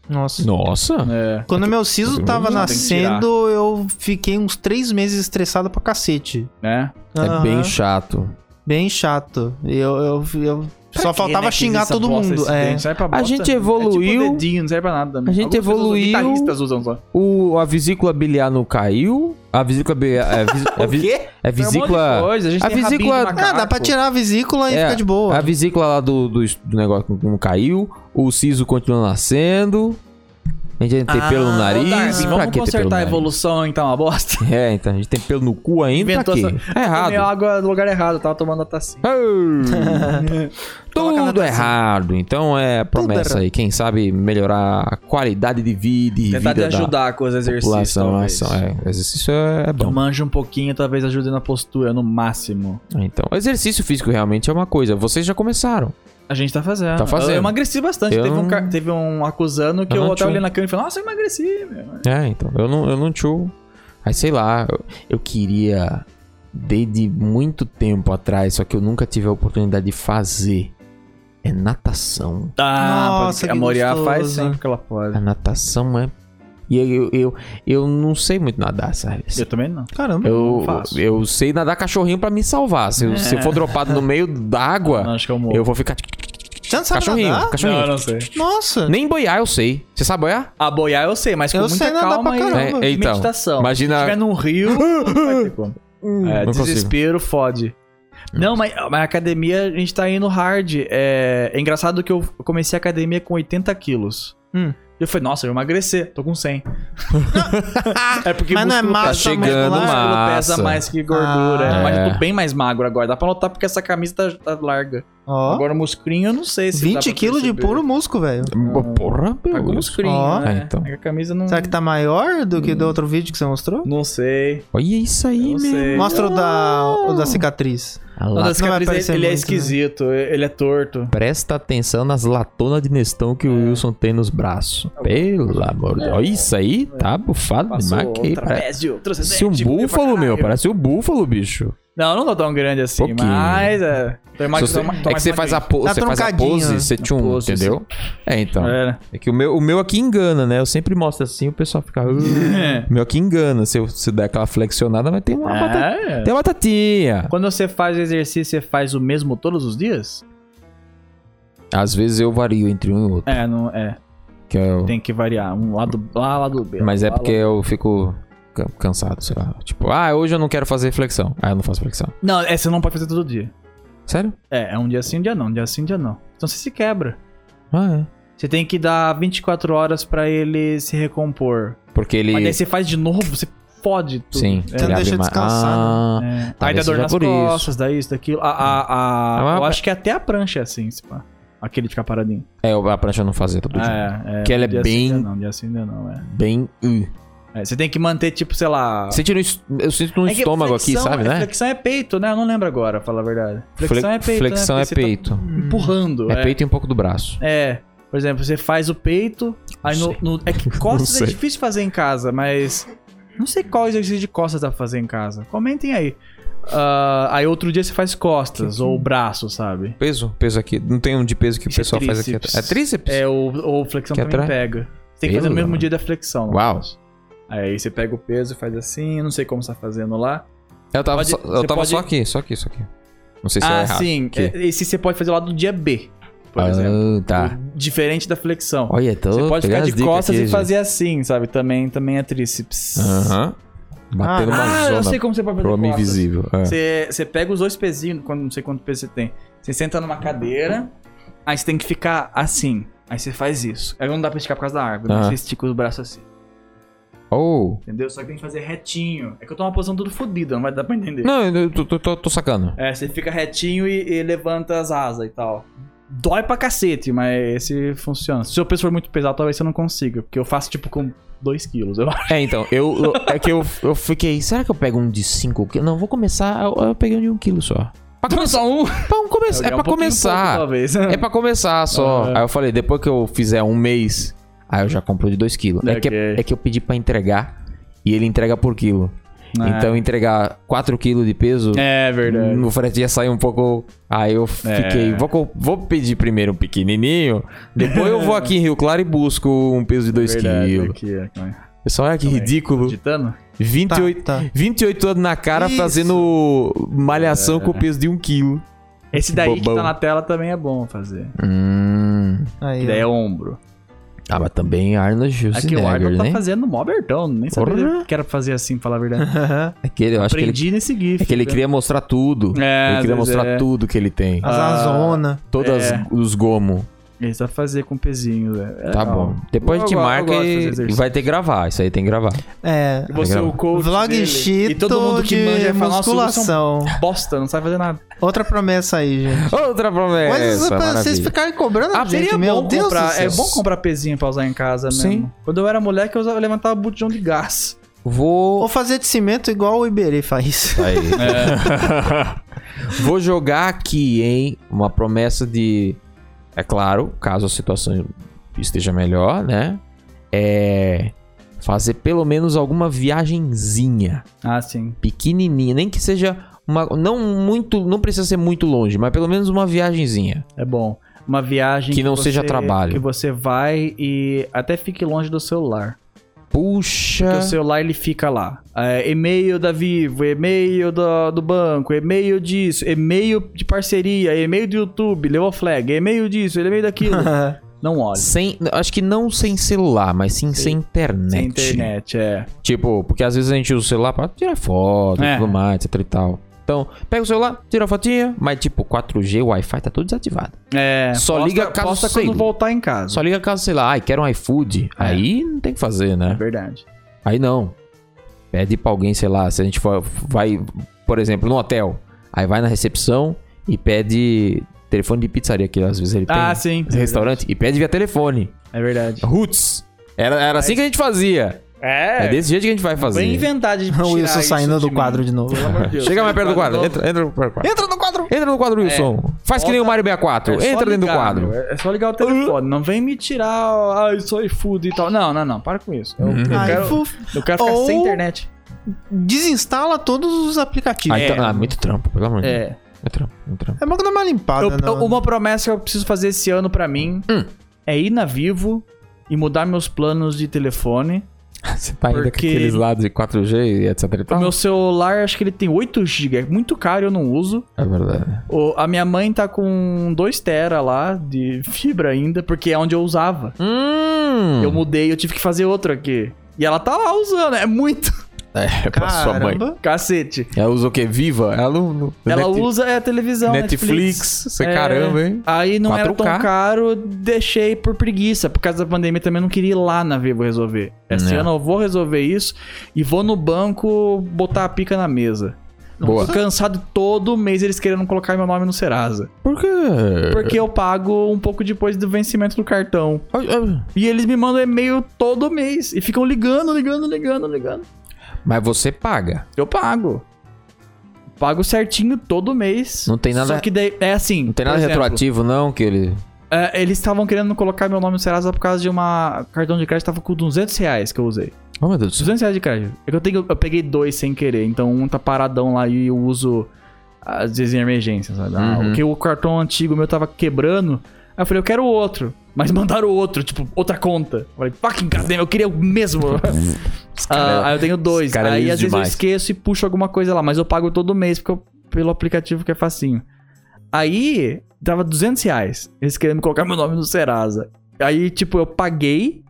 C: Nossa.
A: Nossa.
B: É.
C: Quando meu siso
A: Não,
C: tava
B: tem que
C: nascendo, eu fiquei uns três meses estressado pra cacete.
B: Né?
A: É
C: Aham.
A: bem chato.
C: Bem chato. Eu, eu, eu-
B: Pra
C: só
B: quê,
C: faltava
B: né, que
C: xingar
B: existe
C: todo
B: essa bosta,
C: mundo.
B: esse
C: É.
B: dente? Serve pra bosta?
A: gente
B: É tipo
A: evoluiu-
B: dedinho, não serve pra nada.
A: A gente
B: pessoas-
A: evoluiu-
B: Guitarristas usam
A: um
B: só.
A: O, a vesícula biliar não caiu. A vesícula biliar. É, vis, é, vis-
B: quê?
A: é vesícula.
B: a é- gente
A: a
B: tem rabinho de
A: vesícula-
B: macaco.
C: Ah, dá pra tirar a vesícula e
A: É,
C: ficar de boa.
A: A vesícula lá do, do, do negócio não caiu. O siso continua nascendo. A gente tem
C: Ah,
A: pelo no
C: ô,
A: nariz.
B: Ô, Darwin,
A: pra
B: vamos
A: que ter pelo no
B: consertar a
A: nariz?
B: evolução, então, a bosta.
A: É, então a gente tem pelo no cu ainda.
B: Inventou
A: pra quê?
B: essa-
A: É errado.
B: Tomei água no lugar errado, eu tava tomando a tacinha.
A: Ei,
C: Coloca na
A: Tudo
C: taça.
A: errado. Então é a promessa
C: errado.
A: aí. Quem sabe melhorar a qualidade de vida e
B: Tentar te
A: vida da
B: ajudar com os exercícios,
A: população.
B: talvez.
A: Ação, é. Exercício é é
B: Tu
A: bom.
B: manja um pouquinho, talvez ajude na postura, no máximo.
A: Então, exercício físico realmente é uma coisa. Vocês já começaram.
B: A gente tá fazendo.
A: Tá fazendo.
B: Eu emagreci bastante.
A: Eu tipo-
B: Teve,
A: não-
B: um, ca- teve um acusando que
A: Eu
B: eu,
A: não
B: até
A: tinha.
B: olhei na câmera e falei, nossa, eu emagreci, meu.
A: É, então. Eu não, eu não tio. Aí sei lá, eu, eu queria desde muito tempo atrás, só que eu nunca tive a oportunidade de fazer. É natação.
B: Ah,
C: Nossa,
B: porque a
C: que
B: Moriá faz
C: gostoso.
B: sempre que ela pode.
A: A natação é. E eu, eu, eu, eu não sei muito nadar, sabe?
B: Eu também não.
C: Caramba.
A: Eu,
B: Não faço. É.
A: eu sei nadar cachorrinho pra me salvar. Se, eu- se eu for dropado no meio
B: Não,
A: d'água,
B: acho que eu morro.
A: eu vou ficar.
C: Você não sabe
A: Cachorrinho,
C: nadar?
A: cachorrinho.
B: Não, eu não sei.
C: Nossa.
A: Nem boiar eu sei. Você sabe boiar?
B: A boiar eu sei, mas com
C: Eu
B: muita
C: sei nadar
B: calma
C: pra
B: né? e
C: caramba.
A: É, então,
B: meditação.
A: imagina-
B: Se estiver num rio, vai ter como. É,
A: não consigo.
B: desespero fode. Não, mas, mas a academia a gente tá indo hard. É, é engraçado que eu comecei a academia com 80 quilos.
C: Hum.
B: E eu falei, nossa, eu vou emagrecer, tô com 100. é porque
C: Mas é. não é
B: músculo
C: massa
B: pesa-
A: chegando
B: músculo
C: muscular?
A: massa.
B: pesa mais que gordura.
A: Ah.
B: Mas eu
A: É.
B: tô bem mais magro agora. Dá pra notar porque essa camisa tá, tá larga.
C: Ó,
B: Agora o muscrinho eu não sei se. dá
C: 20
B: pra
C: quilos de
B: perceber.
C: puro músculo, velho.
A: Bo- Porra,
B: Tá
A: meu
B: com
A: Deus.
B: muscrinho.
C: Ó.
B: né?
A: É, então.
B: A camisa não.
C: Será que tá maior do que do outro vídeo que você mostrou?
B: Hum. Não sei.
A: Olha isso aí,
B: Eu
A: meu.
B: sei.
C: Mostra o da, o da cicatriz.
A: A
B: Uma
A: la-
B: das
C: Não vai
B: cicatrizes,
C: aparecer
B: ele é
C: muito, né?
B: esquisito, ele é torto.
A: Presta atenção nas latonas de Nestão que o
B: É.
A: Wilson tem nos braços. Pelo amor de Deus. Olha isso aí, tá bufado
B: É. Passou
A: demais. Que parece
B: trapézio,
A: parece um
B: transcendente, bonito pra
A: búfalo, meu.
B: caralho.
A: Parece um búfalo, bicho.
B: Não, não tô tão grande assim,
A: Pouquinho.
B: mas é. Tô mais-
A: Se você-
B: tô mais- tô
A: é que
B: mais
A: você faz a,
B: magrinho.
A: po-
C: Tá
A: você faz a
C: truncadinho,
A: pose,
C: né?
A: você tchum,
B: pose, assim.
A: entendeu? É, então.
B: É.
A: É que o meu, o meu aqui engana, né? Eu sempre mostro assim, o pessoal fica. "Uh".
B: É.
A: o meu aqui engana. Se eu- se der aquela flexionada, mas tem uma batatinha.
B: É.
A: Tem uma batatinha.
B: Quando você faz exercício, você faz o mesmo todos os dias?
A: Às vezes eu vario entre um e outro.
B: É, não é.
A: Que eu-
B: Tem que variar. Um lado A, lado B.
A: Mas é
B: lado
A: porque
B: A, lado-
A: eu fico ca- cansado, sei lá. Tipo, ah, hoje eu não quero fazer flexão. Ah, eu não faço flexão.
B: Não, é, você não pode fazer todo dia.
A: Sério?
B: É, é um dia sim, um dia não, um dia sim, um dia não. Então você se quebra.
A: Ah, é.
B: Você tem que dar 24 horas pra ele se recompor.
A: Porque ele.
B: Mas daí você faz de novo, você fode tudo.
A: Sim,
B: É.
A: ele
C: não deixa
A: abre mais-
C: descansar,
A: Ah,
B: É. Aí dá
A: talvez
B: dor
A: seja
B: nas
A: por isso.
B: costas, dá isso, daquilo. A, a, a-
A: É uma-
B: eu acho que até a prancha é assim, se pá. Aquele de ficar paradinho.
A: É, a prancha eu não fazer todo dia.
B: É, é.
A: Que ela é
B: dia
A: bem-
B: sim, dia não, dia sim, dia não, é.
A: Bem. uh.
B: É, Você tem que manter, tipo, sei lá.
A: Sente no es- Eu sinto no
B: É
A: um
B: que
A: estômago
B: flexão-
A: aqui, sabe, né?
B: Flexão é peito, né? Eu não lembro agora, falar a verdade. Flexão
A: Fle-
B: é peito.
A: Flexão
B: né?
A: é
B: Porque você
A: peito.
B: Tá empurrando.
A: É peito e um pouco do braço.
B: É. Por exemplo, você faz o peito, aí
A: Não
B: no,
A: sei.
B: no- É que costas é
A: sei.
B: difícil fazer em casa, mas. Não sei qual exercício de costas dá pra fazer em casa. Comentem aí. Ah, aí outro dia você faz costas ou braço, sabe?
A: Peso? Peso aqui. Não tem um de peso que o
B: Isso é
A: pessoal faz aqui.
B: tríceps.
A: É tríceps?
B: É, ou, ou flexão
A: Que
B: também
A: atrai?
B: pega. Você tem que fazer
A: Pelo
B: no mesmo
A: amor.
B: dia da flexão. no
A: né? Uau.
B: caso. Aí você pega o peso, faz assim, não sei como você tá fazendo lá.
A: Eu tava,
B: Pode-
A: só, eu
B: você
A: tava
B: pode-
A: só aqui, só aqui, só aqui. Não sei se é
B: ah,
A: errado.
B: sim.
A: Que?
B: É, Esse você pode fazer lá do dia B, por
A: ah,
B: exemplo.
A: tá.
B: Diferente da flexão.
A: Olha, tô
B: Você pode
A: pegando
B: ficar
A: as
B: de
A: dicas
B: costas
A: aqui,
B: e
A: gente.
B: fazer assim, sabe? Também, também é tríceps.
A: Aham. Batendo
C: Ah,
A: uma
B: Ah,
A: zona
B: eu sei como você pode fazer
A: pro homem
B: costas.
A: invisível. É.
B: Você, você pega os dois pezinhos, quando, não sei quanto peso você tem. Você senta numa cadeira, aí você tem que ficar assim. Aí você faz isso. Aí não dá pra esticar por causa da árvore, né?
A: Aham.
B: Você estica os braços assim.
A: Oh.
B: Entendeu? Só que tem que fazer retinho. É que eu tô numa posição tudo fodida, não vai dar pra entender.
A: Não, eu tô, tô- tô- tô sacando.
B: É, você fica retinho e, e levanta as asas e tal. Dói pra cacete, mas esse funciona. Se o seu peso for muito pesado, talvez você não consiga. Porque eu faço tipo com 2 quilos, eu acho.
A: É, então, eu. eu- É que eu, eu fiquei. Será que eu pego um de 5 quilos? Não, vou começar. Eu, eu peguei um de 1 um quilo só. Pra começar.
B: Só um.
A: Pra um começar- é
B: um
A: pra
B: pouquinho pouco,
A: começar.
B: talvez.
A: É pra Ah, é. começar só.
B: Aham.
A: Aí eu falei, depois que eu fizer um mês, aí eu já compro de 2 quilos. É, que,
B: Ok.
A: é que eu pedi pra entregar e ele entrega por quilo. Então entregar 4 kg de peso,
B: É verdade. É.
A: o frete ia sair um pouco. Aí eu fiquei, vou, co- vou pedir primeiro um pequenininho, depois eu vou aqui em Rio Claro e busco um peso de 2
B: Verdade, Tá.
A: kg.
B: aqui, ó, como é?
A: Pessoal, olha que ridículo.
B: Ditando?
A: 28,
C: Tá, tá.
A: 28 anos na cara
C: Isso.
A: fazendo malhação com o peso de 1 kg.
B: Esse daí que
A: Bobão.
B: tá na tela também é bom fazer.
A: Hum.
C: Aí,
B: Que
C: ó.
B: daí é ombro.
A: Ah, mas também Arnold
B: É que o Arnold
A: Schwarzenegger,
B: tá
A: né?
B: fazendo mó abertão. Nem sabia
A: Porra.
B: que era pra fazer assim, pra falar a verdade.
A: Aquele, eu acho que ele,
B: Aprendi nesse GIF.
A: é que ele
B: né?
A: queria mostrar tudo.
B: É,
A: ele
B: às
A: queria
B: vezes
A: mostrar
B: é.
A: tudo que ele tem.
C: As
B: Ah.
C: Azona.
A: Todas
B: é.
A: os gomos.
B: Ele sabe fazer com pezinho, velho. É
A: Tá
B: legal.
A: bom. Depois
B: Eu
A: a gente
B: go- eu
A: marca
B: gosto de
A: e,
B: fazer
A: e
B: exercício.
A: vai ter que gravar. Isso aí tem que gravar.
C: É.
B: E você,
A: Legal.
B: o coach
C: Vlog
B: dele, E todo mundo
C: cheeto
B: que manja
C: de
B: vai falar, "Nossa, o Hugo é um
C: musculação.
B: bosta, não sabe fazer nada.
C: Outra promessa aí, gente.
A: Outra promessa.
C: Mas isso é pra vocês
A: maravilha.
C: ficarem cobrando,
B: Ah,
C: gente,
B: seria
C: meu
B: bom
C: Deus do
B: comprar,
C: céu.
B: É bom comprar pezinho pra usar em casa mesmo.
A: Sim.
B: Quando eu era moleque, eu usava, levantava botijão de gás.
A: Vou.
C: Ou fazer de cimento igual o Iberê faz.
A: Aí. Vou jogar aqui, hein? Uma promessa de. É claro, caso a situação esteja melhor, né? É. Fazer pelo menos alguma viagenzinha.
B: Ah, sim.
A: pequenininha, nem que seja uma não muito, não precisa ser muito longe, mas pelo menos uma viagenzinha.
B: É bom. Uma viagem
A: Que não seja trabalho.
B: Que você vai e até fique longe do celular. Porque
A: Puxa,
C: É.
B: o celular ele fica lá. É, e-mail da Vivo, e-mail do, do banco, e-mail disso, e-mail de parceria, e-mail do YouTube, levou flag, e-mail disso, e-mail daquilo. não olhe.
A: sem, acho que não sem celular, mas sim sem internet.
B: Sem internet, é.
A: Tipo, porque às vezes a gente usa o celular pra tirar foto,
B: É.
A: tudo mais, etc e tal. Então, pega o celular, tira a fotinha, mas tipo 4G, Wi-Fi tá tudo desativado.
B: É,
A: Só
B: posta-
A: liga caso
B: posta
A: sei.
B: quando voltar em casa.
A: Só liga caso, sei lá, ai, quero um iFood.
B: É.
A: Aí não tem o que fazer, né?
B: É verdade.
A: Aí não. Pede pra alguém, sei lá, se a gente for, vai, por exemplo, no hotel. Aí vai na recepção e pede telefone de pizzaria, que às vezes ele tem.
B: Ah, sim.
A: esse restaurante. E pede via telefone.
B: É verdade.
A: Roots. Era, era assim que a gente fazia. É, desse jeito que a gente vai fazer.
B: Bem inventado de tirar
C: o Wilson
B: isso
C: saindo do
B: mim.
C: quadro de novo.
B: Pelo amor de Deus.
A: Chega mais perto do quadro.
B: Novo.
A: Entra, entra no quadro.
C: Entra no quadro!
A: Entra no quadro, Wilson. Faz que nem o Mario 64.
B: É só
A: entra dentro do
B: ligar,
A: quadro.
B: meu. É só ligar o telefone. Não vem me tirar. Ai, sou iFood e tal. Não, não, não. Para com isso. Eu, eu
C: Aí,
B: quero,
C: fuf,
B: eu quero ficar
C: Ou-
B: sem internet.
C: desinstala todos os aplicativos.
A: Ah,
C: É,
A: então- ah, muito trampo, pelo amor de Deus.
B: É.
A: É trampo, é trampo.
C: bom que dá uma limpada.
B: Eu-
C: né?
B: eu- uma promessa que eu preciso fazer esse ano pra mim
A: Hum.
B: é ir na Vivo e mudar meus planos de telefone.
A: Você tá ainda
B: Porque-
A: com aqueles lados de 4G e etc e
B: O
A: tal.
B: meu celular, acho que ele tem 8 GB. É muito caro, eu não uso.
A: É verdade.
B: O- a minha mãe tá com 2 tera lá de fibra ainda, porque é onde eu usava.
A: Hum.
B: Eu mudei, eu tive que fazer outro aqui. E ela tá lá usando, é muito.
A: É, pra sua mãe.
C: né? Caramba.
B: Cacete.
A: Ela usa o quê? Viva? Ela, não-
B: Ela
A: Net-
B: usa é, a televisão,
A: Netflix. Você
B: É.
A: caramba, hein?
B: Aí não era tão
A: 4K.
B: caro, deixei por preguiça. Por causa da pandemia também não queria ir lá na Vivo resolver. Esse
A: Né.
B: ano eu vou resolver isso e vou no banco botar a pica na mesa.
A: Boa.
B: Tô cansado todo mês eles querendo colocar meu nome no Serasa.
A: Por quê?
B: Porque eu pago um pouco depois do vencimento do cartão.
A: Ai, ai.
B: E eles me mandam e-mail todo mês. E ficam ligando, ligando, ligando, ligando.
A: Mas você paga.
B: Eu pago. Pago certinho todo mês.
A: Não tem nada-
B: Só que daí, é assim.
A: Não tem nada
B: por exemplo,
A: retroativo, não, que ele.
B: é, eles estavam querendo colocar meu nome no Serasa por causa de uma. Cartão de crédito tava com 200 reais que eu usei.
A: Oh, meu Deus do céu.
B: 200 reais de crédito. É que eu, tenho, eu peguei dois sem querer. Então um tá paradão lá e eu uso. Às vezes em emergência, sabe? Ah,
A: Uhum.
B: Porque o cartão antigo meu tava quebrando. Aí eu falei, eu quero outro. Mas mandaram outro, tipo, outra conta. Eu falei, fucking goddamn, eu queria o mesmo. Ah, aí eu tenho dois.
A: Esse cara é
B: aí
A: liso
B: às vezes
A: demais.
B: eu esqueço e puxo alguma coisa lá, mas eu pago todo mês porque eu- pelo aplicativo que é facinho. Aí tava 200 reais. Eles querendo colocar meu nome no Serasa. Aí, tipo, eu paguei.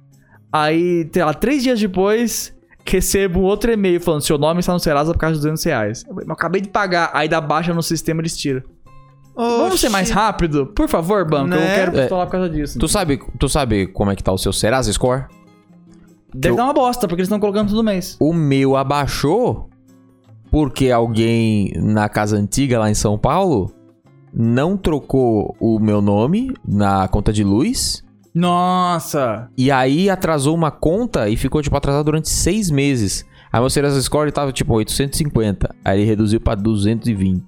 B: Aí, sei lá, três dias depois, recebo um outro e-mail falando: seu nome está no Serasa por causa de 200 reais. Eu falei, mas eu acabei de pagar. Aí dá baixa no sistema eles tiram. Vamos ser
C: Oxi.
B: mais rápido? Por favor, banco.
C: Né?
B: Eu quero
A: É.
B: pistolar por causa disso.
A: Tu sabe, tu sabe como é que tá o seu Serasa Score?
B: Deve
A: eu-
B: dar uma bosta, porque eles estão colocando todo mês.
A: O meu abaixou porque alguém na casa antiga lá em São Paulo não trocou o meu nome na conta de luz.
B: Nossa!
A: E aí atrasou uma conta e ficou, tipo, atrasado durante seis meses. Aí meu Serasa Score tava, tipo, 850. Aí ele reduziu pra 220.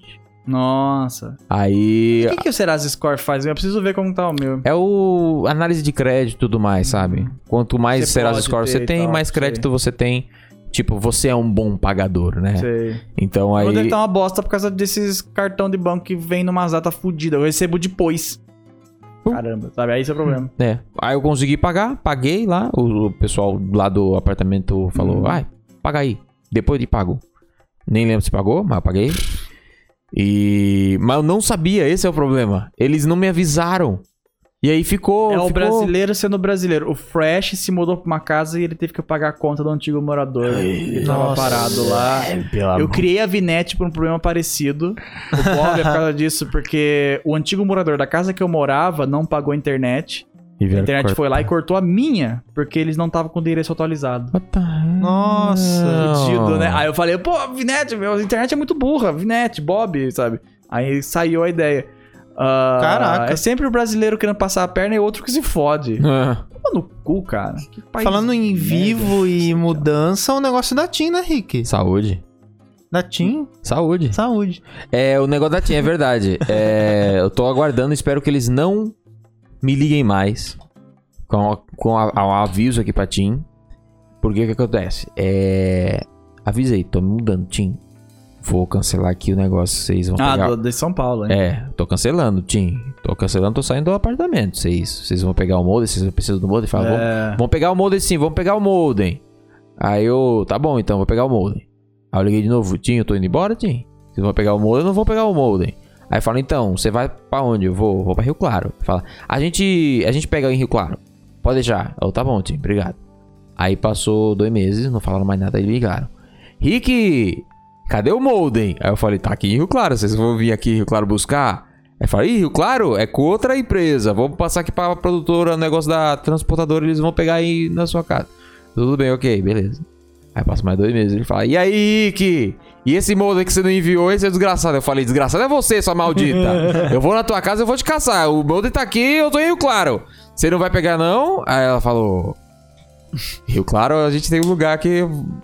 B: Nossa!
A: Aí...
B: O que, que o Serasa Score faz? Eu preciso ver como tá o meu.
A: É o análise de crédito e tudo mais, sabe? Quanto mais
B: Uhum. Você
A: Serasa
B: pode
A: Score
B: ter
A: você
B: e
A: tem,
B: tal,
A: mais
B: sei.
A: crédito você tem. Tipo, você é um bom pagador, né?
B: Sei.
A: Então
B: Aí... Deve
A: aí.
B: tá uma bosta por causa desses cartão de banco que vem numa data fodida. Eu recebo depois.
A: Hum.
B: Caramba, sabe? Aí esse é o problema.
A: É. Aí eu consegui pagar, paguei lá. O, o pessoal lá do apartamento falou:
B: Uhum.
A: ai, paga aí. Depois de pago. Nem lembro se pagou, mas eu paguei. E. Mas eu não sabia, esse é o problema. Eles não me avisaram. E aí ficou.
B: é o
A: ficou-
B: brasileiro sendo brasileiro. O Fresh se mudou pra uma casa e ele teve que pagar a conta do antigo morador. Ele tava
C: Nossa.
B: parado lá.
A: Tá
B: Eu criei a Vinete por um problema parecido. O Bob é por causa disso, porque o antigo morador da casa que eu morava não pagou a internet.
A: E
B: A
A: vieram
B: internet
A: cortar.
B: foi lá e cortou a minha, porque eles não estavam com o endereço atualizado.
A: What the hell?
C: Nossa,
B: Fudido, né? Aí eu falei, pô, Vinete, meu, a internet é muito burra, Vinete, Bob, sabe? Aí saiu a ideia. Ah,
C: Caraca.
B: É sempre o brasileiro querendo passar a perna e outro que se fode.
A: Ah,
B: Toma no cu, cara. Que país
C: Falando em
B: merda.
C: vivo e mudança, o negócio da TIM, né, Rick?
A: saúde.
C: Da TIM,
A: Saúde.
C: saúde.
A: É, o negócio da TIM é verdade. É, eu tô aguardando, espero que eles não me liguem mais com, a- com a- a- o aviso aqui pra TIM. Porque o que acontece? É, avisei, tô me mudando, TIM. Vou cancelar aqui o negócio, vocês vão
B: Ah,
A: pegar...
B: do, de São Paulo, né?
A: É, tô cancelando, TIM. Tô cancelando, tô saindo do apartamento, vocês, vocês vão pegar o modem, vocês precisam do modem? Fala, vamos, Vamos pegar o modem sim, vamos pegar o modem. Aí eu, tá bom então, vou pegar o modem. Aí eu liguei de novo, Tim, eu tô indo embora, Tim? Vocês vão pegar o modem, eu não vou pegar o modem. Aí fala, então, você vai pra onde? Eu vou, vou pra Rio Claro. Fala, a gente, a gente pega em Rio Claro. Pode deixar. Eu, tá bom, Tim, obrigado. Aí passou dois meses, não falaram mais nada, aí ligaram. Rick, cadê o modem? Aí eu falei, tá aqui em Rio Claro, vocês vão vir aqui em Rio Claro buscar? Aí fala, ih, Rio Claro, é com outra empresa, vamos passar aqui pra produtora, o negócio da transportadora, eles vão pegar aí na sua casa. Tudo bem, ok, beleza. Aí passa mais dois meses, ele fala, e aí, Rick? E esse modem que você não enviou, esse é desgraçado. Eu falei, desgraçado é você, sua maldita. eu vou na tua casa, eu vou te caçar. O modem tá aqui, eu tô em Rio Claro. Você não vai pegar, não? Aí ela falou, Rio Claro, a gente tem um lugar que,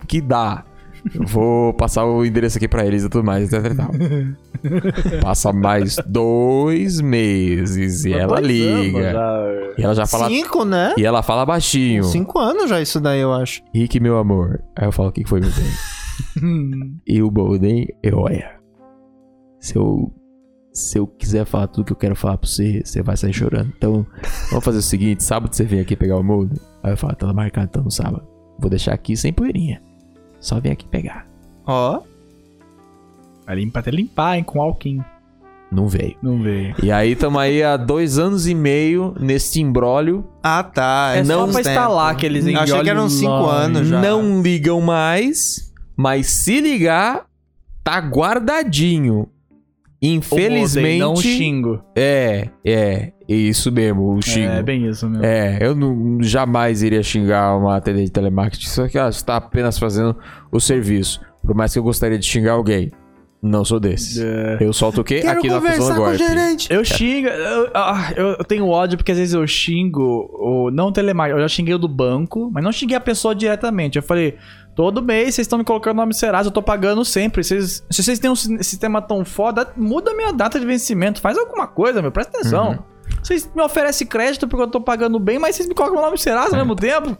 A: que dá. Eu vou passar o endereço aqui pra eles e tudo mais, etc e tal. Passa mais dois meses e
B: Mas
A: ela
B: dois anos
A: liga.
B: já.
A: E ela já fala.
C: Cinco, né?
A: E ela fala baixinho.
C: Cinco anos já isso daí, eu acho.
A: Rick, meu amor. Aí eu falo, o que que foi, meu bem? e o Bolden, eu olha. Se eu. Se eu quiser falar tudo que eu quero falar pra você, você vai sair chorando. Então, vamos fazer o seguinte: sábado você vem aqui pegar o molde. Aí eu falo, tá marcado então no sábado. Vou deixar aqui sem poeirinha. Só vem aqui pegar.
C: Ó,
B: Vai limpar até limpar, hein, com alquim.
A: Não veio.
B: Não veio.
A: E aí, tamo aí há dois anos e meio nesse imbróglio.
C: ah tá.
B: É, só
C: uns
B: pra instalar
C: tempo.
B: aqueles né?
C: Achei que eram cinco anos já.
A: Não ligam mais, mas se ligar, tá guardadinho. Infelizmente.
B: Não xingo.
A: É, é, isso mesmo, o xingo.
B: É
A: É,
B: bem isso mesmo.
A: eu não, jamais iria xingar uma atendente de telemarketing, só que ela está apenas fazendo o serviço. Por mais que eu gostaria de xingar alguém, não sou desses.
B: É.
A: Eu solto o quê?
C: Quero
A: Aqui na
C: conversar
A: Fusão
C: com o
A: Gorp.
C: gerente.
B: Eu xingo. Eu, ah, eu- eu tenho ódio porque às vezes eu xingo. O, não o telemarketing. Eu já xinguei o do banco, mas não xinguei a pessoa diretamente. Eu falei. Todo mês vocês estão me colocando nome Serasa, eu tô pagando sempre. Vocês- se vocês têm um si- sistema tão foda, muda a minha data de vencimento. Faz alguma coisa, meu. Presta atenção.
A: Uhum.
B: Vocês me oferecem crédito porque eu tô pagando bem, mas vocês me colocam o nome Serasa ao
A: É.
B: mesmo tempo.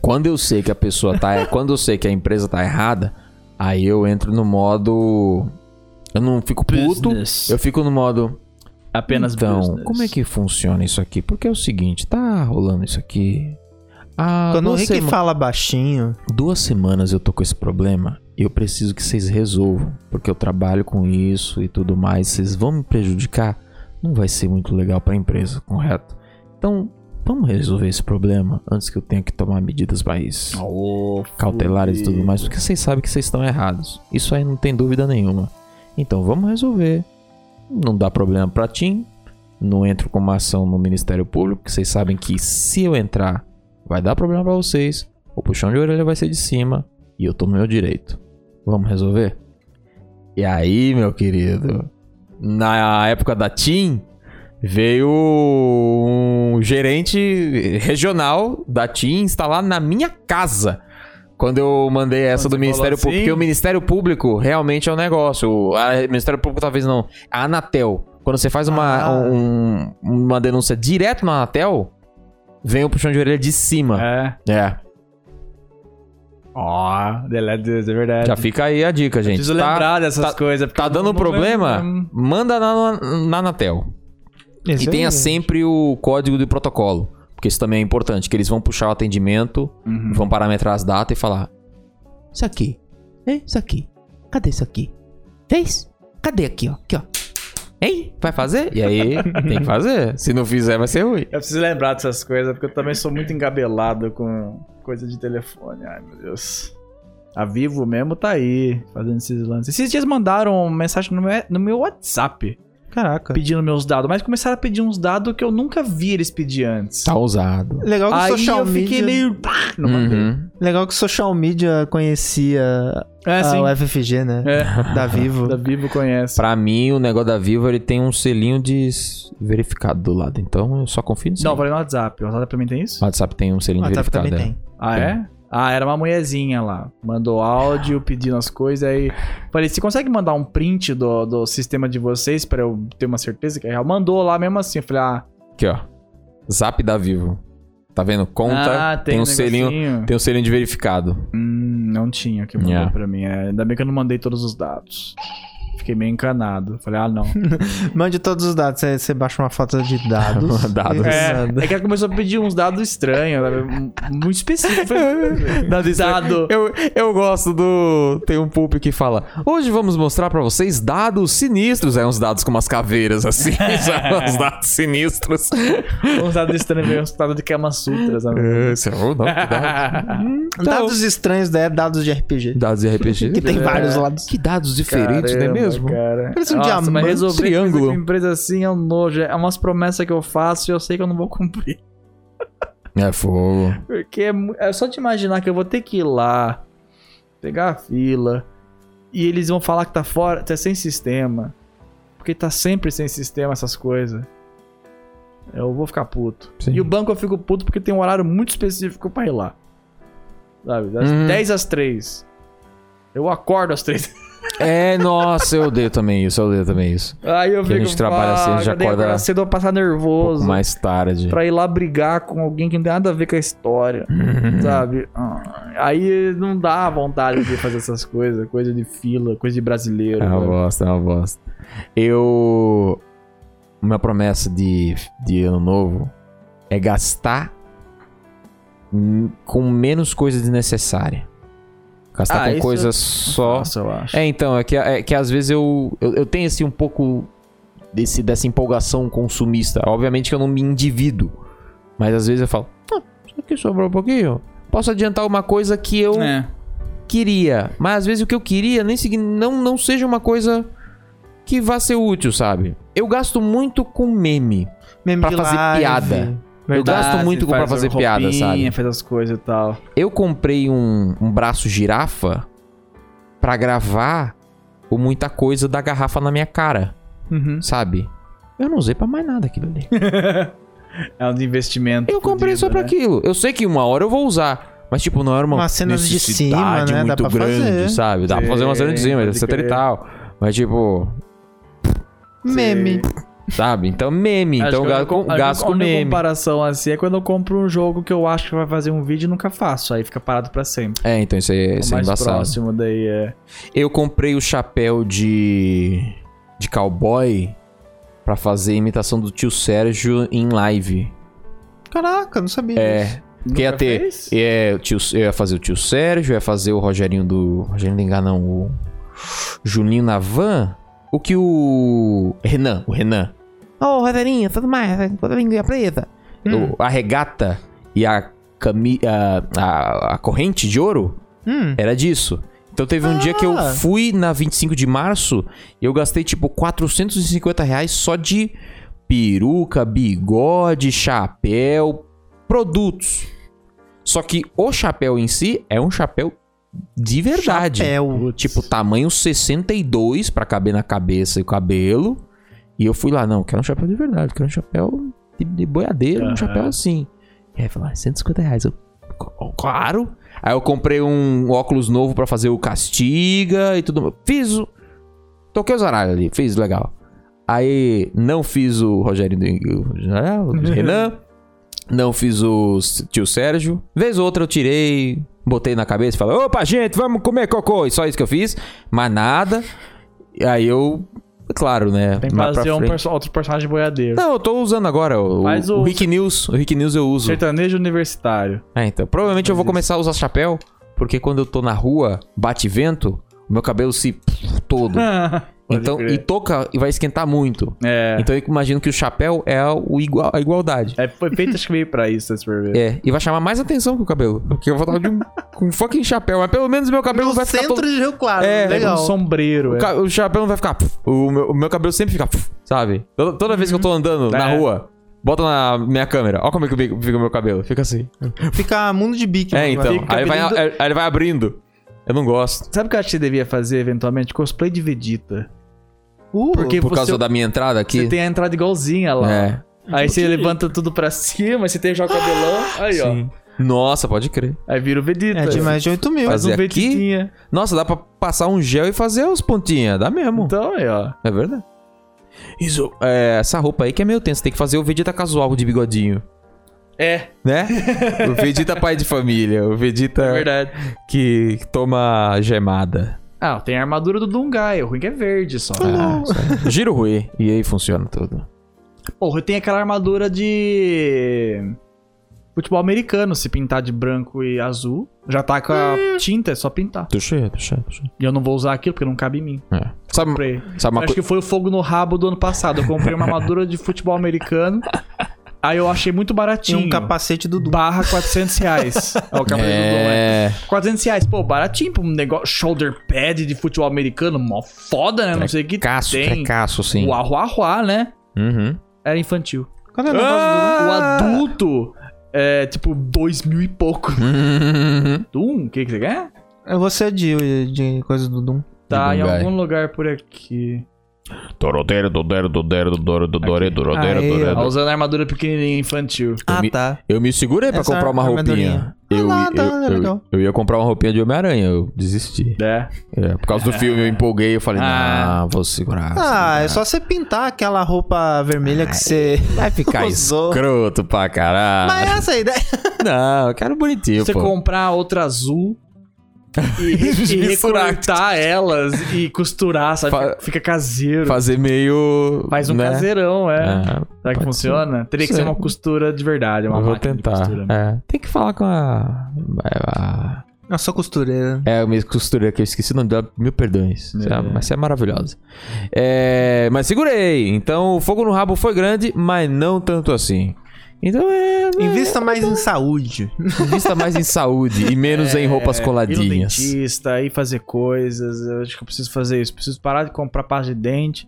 A: Quando eu sei que a pessoa tá. quando eu sei que a empresa tá errada, aí eu entro no modo. Eu não fico puto, eu fico no modo.
B: Apenas
A: Então, como é que funciona isso aqui? Porque é o seguinte, tá rolando isso aqui. Ah,
C: Quando o
A: duas
C: Rick
A: sema-
C: fala baixinho,
A: Duas semanas eu tô com esse problema e eu preciso que vocês resolvam, porque eu trabalho com isso e tudo mais. Vocês vão me prejudicar? Não vai ser muito legal pra empresa, correto? Então, vamos resolver esse problema antes que eu tenha que tomar medidas pra isso. Cautelares e tudo mais, porque vocês sabem que vocês estão errados. Isso aí não tem dúvida nenhuma. Então, vamos resolver. Não dá problema pra Tim. Não entro com uma ação no Ministério Público, que vocês sabem que se eu entrar, vai dar problema pra vocês. O puxão de orelha vai ser de cima e eu tô no meu direito. Vamos resolver? E aí, meu querido, na época da TIM, veio um gerente regional da TIM instalar na minha casa. Quando eu mandei essa
B: Quando
A: do
B: você
A: Ministério
B: falou assim?
A: Público, porque o Ministério Público realmente é um negócio. O a- Ministério Público talvez não. A Anatel. Quando você faz uma,
C: Ah.
A: um- uma denúncia direto na Anatel, vem o puxão de orelha de cima.
B: É.
A: É.
B: Ó, The Last Dudes, é verdade.
A: Já fica aí a dica, gente.
B: Preciso
A: Tá-
B: lembrar dessas coisas. porque
A: Tá
B: eu
A: dando
B: não
A: problema?
B: lembro.
A: Manda na, na Anatel.
C: É Isso
A: e
C: aí,
A: tenha
C: gente.
A: sempre o código de protocolo. Porque isso também é importante, que eles vão puxar o atendimento,
B: Uhum.
A: vão parametrar as datas e falar.
D: Isso aqui. Hein? Isso aqui. Cadê isso aqui? Fez? Cadê aqui, ó? Aqui, ó.
A: Hein? Vai fazer? E aí, tem que fazer. Se não fizer, vai ser ruim.
B: Eu preciso lembrar dessas coisas, porque eu também sou muito engabelado com coisa de telefone. Ai, meu Deus. A Vivo mesmo tá aí, fazendo esses lances. Esses dias mandaram mensagem no meu, no meu WhatsApp,
C: Caraca.
B: pedindo meus dados, mas começaram a pedir uns dados que eu nunca vi eles pedir antes.
A: Tá ousado.
C: Legal que o
B: Aí
C: social
B: eu fiquei
C: media.
B: meio... pá, Não mandei.
A: Uhum.
C: Legal que o social media conhecia
B: É, assim,
C: a UFFG, né?
B: É.
C: Da Vivo.
A: Tá
B: da Vivo conhece.
A: Pra mim, o negócio da Vivo, ele tem um selinho de s- verificado do lado. Então, eu só confio nisso.
B: Não, eu
A: o
B: falei no WhatsApp. O WhatsApp também tem isso?
A: WhatsApp tem um selinho
C: O
A: de
C: WhatsApp
A: verificado.
C: também
A: é.
C: tem.
B: Ah,
A: Tem.
B: é? Ah, era uma mulherzinha lá. Mandou áudio pedindo as coisas. Aí falei: você consegue mandar um print do, do sistema de vocês pra eu ter uma certeza que é real? Mandou lá mesmo assim. Eu falei: ah,
A: Aqui, ó. Zap da Vivo. Tá vendo? Conta.
B: ah,
A: tem, um selinho.
B: negocinho.
A: Tem um selinho de verificado.
B: Hum, não tinha que mandou
A: Yeah.
B: pra mim. É, ainda bem que eu não mandei todos os dados. Fiquei meio encanado. Falei: ah, não.
C: Mande todos os dados. Você você baixa uma foto de dados.
A: Dados.
B: é, é que ela começou a pedir uns dados estranhos, sabe? um, muito específicos. Falei,
A: Dado
B: Dado.
A: Eu, eu gosto do. Tem um pulp que fala: Hoje vamos mostrar pra vocês dados sinistros. É uns dados com umas caveiras assim. sabe? uns dados sinistros.
B: Uns dados estranhos, veio uns dados de Kama Sutra, sabe?
A: É, Esse é o nome do dado.
B: Então-
C: Dados estranhos, né? Dados de RPG.
A: Dados de RPG.
C: Que tem
B: É.
C: vários lados.
A: Que dados diferentes, não é mesmo?
B: Cara.
C: Parece um diamante,
B: mas resolver
A: triângulo.
B: coisa com empresa assim é um nojo. É umas promessas que eu faço e eu sei que eu não vou cumprir.
A: É fogo.
B: Porque é, mu- é só te imaginar que eu vou ter que ir lá, pegar a fila, e eles vão falar que tá fora, tá sem sistema. Porque tá sempre sem sistema essas coisas. Eu vou ficar puto.
A: Sim.
B: E o banco eu fico puto porque tem um horário muito específico pra ir lá. Sabe? Das
A: Uhum.
B: 10 às 3. Eu acordo às 3
A: É, nossa, eu odeio também isso. Eu odeio também isso. Um
B: Aí eu
A: Que a
B: fico,
A: gente trabalha
B: "Ah,
A: cedo, já
B: cadê
A: acorda
B: acordar cedo eu vou passar
A: Um pouco
B: nervoso
A: mais tarde.
B: pra ir lá brigar com alguém que não tem nada a ver com a história,
A: Uhum.
B: sabe? Ah, Aí não dá vontade de fazer essas coisas, coisa de fila, coisa de brasileiro.
A: É uma
B: sabe?
A: bosta, é uma bosta. Eu. Minha promessa de, de ano novo é gastar hum, com menos coisa desnecessária. Gastar
B: Ah,
A: com
B: isso
A: coisas só.
B: Nossa, eu acho.
A: É, então, é que, é que às vezes eu, eu, eu tenho assim um pouco desse, dessa empolgação consumista. Obviamente que eu não me endivido, mas às vezes eu falo, ah, isso aqui sobrou um pouquinho. Posso adiantar uma coisa que eu
B: É.
A: queria, mas às vezes o que eu queria nem signi- não, não seja uma coisa que vá ser útil, sabe? Eu gasto muito com meme.
C: Meme
A: Pra
C: de
A: fazer
C: live.
A: piada. Eu
C: Verdade.
A: gasto muito com- pra
B: assim, faz um
A: fazer
B: roupinha,
A: piada, sabe?
B: Faz as coisas e tal.
A: Eu comprei um, um braço girafa pra gravar o muita coisa da garrafa na minha cara,
B: Uhum.
A: sabe? Eu não usei pra mais nada aquilo ali.
B: É um investimento.
A: Eu comprei
B: fodido,
A: só pra
B: né?
A: aquilo. Eu sei que uma hora eu vou usar. Mas, tipo, não era uma
C: Umas cenas de
A: necessidade
C: cima, né? Dá
A: muito
C: pra
A: grande,
C: fazer.
A: sabe? Dá pra fazer uma cena de cima,
B: Sim, pode
A: etc e
B: crer.
A: tal. Mas, tipo,
C: Meme.
A: sabe? Então, meme.
B: Acho
A: então,
B: que
A: eu
B: eu
A: gasto,
B: com-
A: com-
B: a
A: gasto com
B: única
A: meme.
B: comparação assim é quando eu compro um jogo que eu acho que vai fazer um vídeo e nunca faço. Aí fica parado pra sempre.
A: É, então isso é, isso
B: o
A: é
B: mais
A: embaçado.
B: próximo daí é.
A: Eu comprei o chapéu de. de cowboy pra fazer imitação do tio Sérgio em live.
C: Caraca, não sabia
A: É.
C: disso.
A: Porque ia ter. É, o tio, eu ia fazer o tio Sérgio, eu ia fazer o Rogerinho do. Rogerinho do Engan, não, o. Juninho Navan. O que o. Renan, o Renan.
D: Ô, Rogerinho, tudo mais? Quando vem a é presa.
C: Hum.
A: O- a regata e a, cami a, a, a corrente de ouro
C: Hum.
A: era disso. Então teve um dia que eu
C: Ah.
A: fui na 25 de março e eu gastei tipo 450 reais só de peruca, bigode, chapéu, produtos. Só que o chapéu em si é um chapéu de verdade.
C: Chapéu.
A: Tipo, tamanho 62 pra caber na cabeça e o cabelo. E eu fui lá, não, quero um chapéu de verdade, quero um chapéu de, de boiadeiro,
B: Aham.
A: um chapéu assim. E aí falaram, 150 reais. Eu, "Cl- claro. Aí eu comprei um óculos novo pra fazer o castiga e tudo. Fiz o... Toquei os aralhos ali, fiz legal. Aí não fiz o né, Rogério do o Renan, não fiz o tio Sérgio. Vez ou outra eu tirei Botei na cabeça e falei, opa, gente, vamos comer cocô. E só isso que eu fiz. Mas nada. E aí eu. Claro, né?
B: Tem que
A: mais pra
B: fazer um
A: frente-
B: perso- outro personagem boiadeiro.
A: Não, eu tô usando agora o,
B: Faz
A: o,
B: o-
A: Rick News. O Rick News eu uso.
B: Sertanejo universitário.
A: É, então. Provavelmente eu vou começar a usar chapéu, porque quando eu tô na rua, bate vento, o meu cabelo se todo.
B: Ah, Pode
A: então,
B: crer.
A: e toca e vai esquentar muito.
B: É.
A: Então eu imagino que o chapéu é o igual, a igualdade.
B: É, foi feito acho que meio pra isso, se for ver.
A: É, e vai chamar mais atenção que o cabelo. Porque eu vou estar de um, com um fucking chapéu, mas pelo menos meu cabelo
C: No
A: não vai ficar
C: centro
A: todo...
C: de Rio Claro.
A: É,
C: legal.
B: Um sombreiro,
A: O,
B: é.
A: ca- o chapéu não vai ficar... pf. O meu, o meu cabelo sempre fica... pf, sabe? Toda, toda vez que eu tô andando na
B: É.
A: rua, bota na minha câmera. Olha como é que fica fica o meu cabelo. Fica assim.
C: Fica mundo de bique.
A: É, então.
B: Fica
A: Aí ele vai,
B: abrindo-
A: aí ele vai abrindo. Eu não gosto.
B: Sabe o que eu acho que você devia fazer, eventualmente? Cosplay de Vegeta.
C: Uh,
B: Porque
A: Por
B: você,
A: causa da minha entrada aqui.
B: você tem a entrada igualzinha lá.
A: É.
B: Aí você levanta tudo pra cima, você tem já o cabelão. Aí,
A: Sim. Nossa, pode crer.
B: ó. Aí vira o Vegeta.
C: é de mais de 8 mil.
B: Faz um
A: Fazer aqui?
B: Vegetinha.
A: Nossa, dá pra passar um gel e fazer os pontinhos. Dá mesmo.
B: Então, aí, ó.
A: É verdade. Isso. É, essa roupa aí que é meio tensa. Tem que fazer o Vegeta casual de bigodinho.
B: É,
A: Né? o Vegeta pai de família. O Vegeta
B: é verdade.
A: que toma gemada.
B: Ah, tem a armadura do Dungai. O ruim que é verde só.
A: Ah, isso aí. Gira o Rui. E aí funciona tudo.
B: Porra, tem aquela armadura de. Futebol americano, se pintar de branco e azul. Já tá com a tinta, é só pintar.
A: Tuxê, tuxê, tuxê.
B: E eu não vou usar aquilo porque não cabe em mim.
A: É. Sabe,
B: Comprei.
A: sabe uma
B: Acho
A: coisa?
B: que foi o fogo no rabo do ano passado. Eu comprei uma armadura de futebol americano. Aí eu achei muito
C: E
B: baratinho.
A: assim,
C: um capacete do Dudu.
B: Barra 400 reais. É o capacete do Dom, é.
A: É.
B: 400 reais, pô, baratinho pra um negócio. Shoulder pad de futebol americano, mó foda, né? Não sei o que
A: Caço, é
B: tem.
A: trecaço, sim.
B: O arruá né?
A: Uhum.
B: Era infantil.
C: Qual é o negócio
B: O
A: Ah!
B: adulto é tipo dois mil e pouco.
A: Uhum.
B: Um? O que, que você quer?
C: do Eu vou ser de, de coisa do Dudu.
B: Tá em
A: Bungai.
B: algum lugar por aqui.
E: Dorodero, dodero, dodero, dodoro, dodore, dorodero,
C: Aê,
A: É,
E: dodero.
A: né?
B: Tá usando a armadura pequenininha infantil.
A: Ah, me-
C: tá.
A: Eu me segurei pra
C: Essa
A: comprar uma roupinha.
C: armadurinha.
A: Eu,
C: Ah lá,
A: eu-
C: tá, é
A: eu,
C: legal.
A: eu ia comprar uma roupinha de Homem-Aranha, eu desisti.
B: É.
A: É, por causa do filme eu empolguei, eu falei,
B: Ah.
A: não, vou segurar.
C: Ah, é só você pintar aquela roupa vermelha que você.
A: Vai ficar
C: Usou.
A: escroto pra caralho.
C: Mas essa é a ideia.
A: Não, eu quero bonitinho,
B: você
A: pô.
B: comprar outra azul e, e
A: Misturar.
B: recortar elas e costurar, sabe?
A: Fa-
B: Fica, fica caseiro.
A: Fazer meio...
B: Faz um
A: né?
B: caseirão, é.
A: É,
B: Será que
A: pode
B: funciona? Teria que
A: Sei.
B: ser uma costura de verdade, uma
A: eu vou
B: máquina de
A: tentar.
B: costura.
A: É, tem que falar com a... a-
C: Eu sou costureira.
A: É, a minha costureira que eu esqueci o nome dela, mil perdões. Você é- Mas você é maravilhosa. É, mas segurei. Então o fogo no rabo foi grande, mas não tanto assim. Então é. não é-
C: Invista mais em saúde.
A: Invista mais em saúde e menos em roupas
B: Ir É, no
A: coladinhas.
B: dentista, ir fazer coisas. Eu acho que eu preciso fazer isso. Preciso parar de comprar pasta de dente.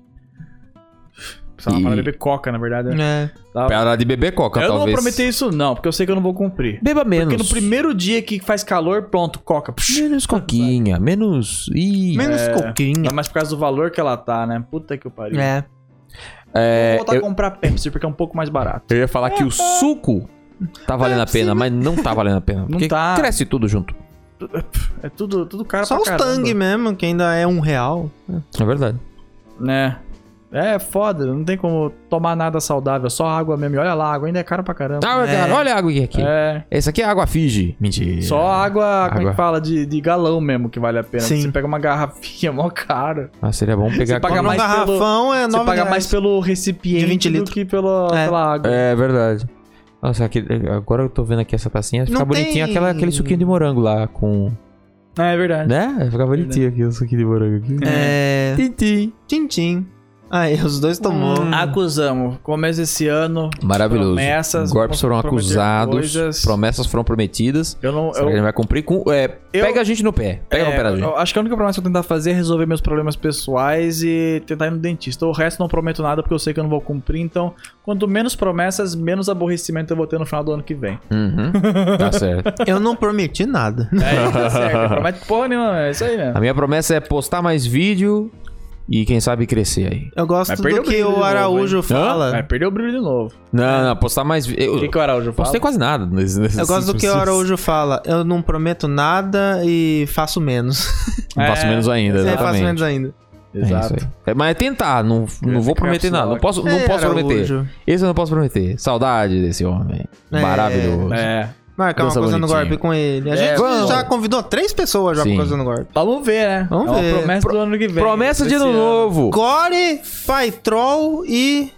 B: Precisava
A: E-
B: parar de beber coca, na verdade. né?
C: É.
B: Tá.
A: Parar de beber coca,
B: Eu não vou
A: talvez.
B: prometer isso, não, porque eu sei que eu não vou cumprir.
A: Beba menos.
B: Porque no primeiro dia que faz calor, pronto, coca. Psh,
A: Menos coquinha, menos. Ih,
C: Menos
B: É.
C: coquinha.
B: Mas por causa do valor que ela tá, né? Puta que pariu.
C: É.
A: é,
B: Vou voltar
A: eu,
B: a comprar Pepsi, porque é um pouco mais barato.
A: eu ia falar que o suco tá valendo a pena, mas não tá valendo a pena. Porque
B: É, tá.
A: cresce tudo junto.
B: É tudo, tudo caro
C: Só
B: pra
C: os
B: caramba.
C: Tang mesmo, que ainda é um real.
A: É verdade.
B: né? É foda, não tem como tomar nada saudável, só água mesmo. E olha lá, a água ainda é caro pra caramba.
A: Ah, cara, olha a água aqui.
B: É,
A: Essa aqui é água Fiji. Mentira.
B: só água, como é
A: Água.
B: que fala, de, de galão mesmo que vale a pena.
C: Sim.
B: Você pega uma garrafinha mó caro.
A: Ah, seria bom pegar
B: Você paga
A: com-
C: Um
B: mais pelo-
C: garrafão é
B: Você
C: 9
B: paga mais pelo recipiente
C: De 20
B: do
C: litros.
B: que pela,
C: É.
B: pela água.
A: É verdade. Nossa, aqui, agora eu tô vendo aqui essa tacinha. Fica
C: Não
A: bonitinho
C: tem-
A: aquela, aquele suquinho de morango lá com.
B: É, verdade.
A: Né? Fica bonitinho aqui o suquinho de morango aqui.
C: É.
A: Tintim.
C: Tintim. Aí, os dois tomou.
B: Hum.
C: Ah,
B: Acusamos. Começo desse ano.
A: Maravilhoso.
B: Promessas,
A: Golpes foram
B: vamos prometer
A: acusados,
B: coisas.
A: promessas foram prometidas.
B: Eu não.
A: Será que a gente vai cumprir com. é, pega a gente no pé. Pega no pé da
B: É,
A: gente.
B: eu acho que a única promessa que eu tentar fazer é resolver meus problemas pessoais e tentar ir no dentista. O resto não prometo nada porque eu sei que eu não vou cumprir. Então, quanto menos promessas, menos aborrecimento eu vou ter no final do ano que vem.
A: Uhum. Tá certo.
C: Eu não prometi nada.
B: É, tá certo. Promete porra nenhuma, é isso aí mesmo.
A: A minha promessa é postar mais vídeo e quem sabe crescer aí.
C: Eu gosto
B: Mas
C: do
B: perdeu
C: que
B: o brilho
C: o
B: de novo,
C: Araújo
A: hein?
C: fala.
B: Vai perder o brilho de novo.
A: Não, não, postar mais. vi-
B: O
A: Eu,
B: que, que o Araújo fala?
A: postei quase nada. Nesse, nesse,
C: Eu gosto do que o Araújo fala. Eu não prometo nada e faço menos.
A: Não faço
B: É,
A: menos ainda.
C: Eu faço
A: Exatamente.
C: menos ainda.
A: É isso aí. É, mas é tentar, não, não vou prometer nada. Não posso, não
C: É,
A: posso prometer.
C: Araújo.
A: Esse eu não posso prometer. Saudade desse homem.
C: É.
A: Maravilhoso.
B: É.
C: marcar uma
A: Dança
C: coisa no
A: bonitinho.
C: golpe com ele. A
B: É,
C: gente
A: vamos.
C: já convidou três pessoas já
A: Sim.
C: pra coisa no golpe.
B: Vamos ver, né?
C: Vamos
B: É uma
C: ver.
B: Promessa do ano que vem.
A: Promessa de
B: desse
A: ano novo.
C: Gore, Pai Troll e.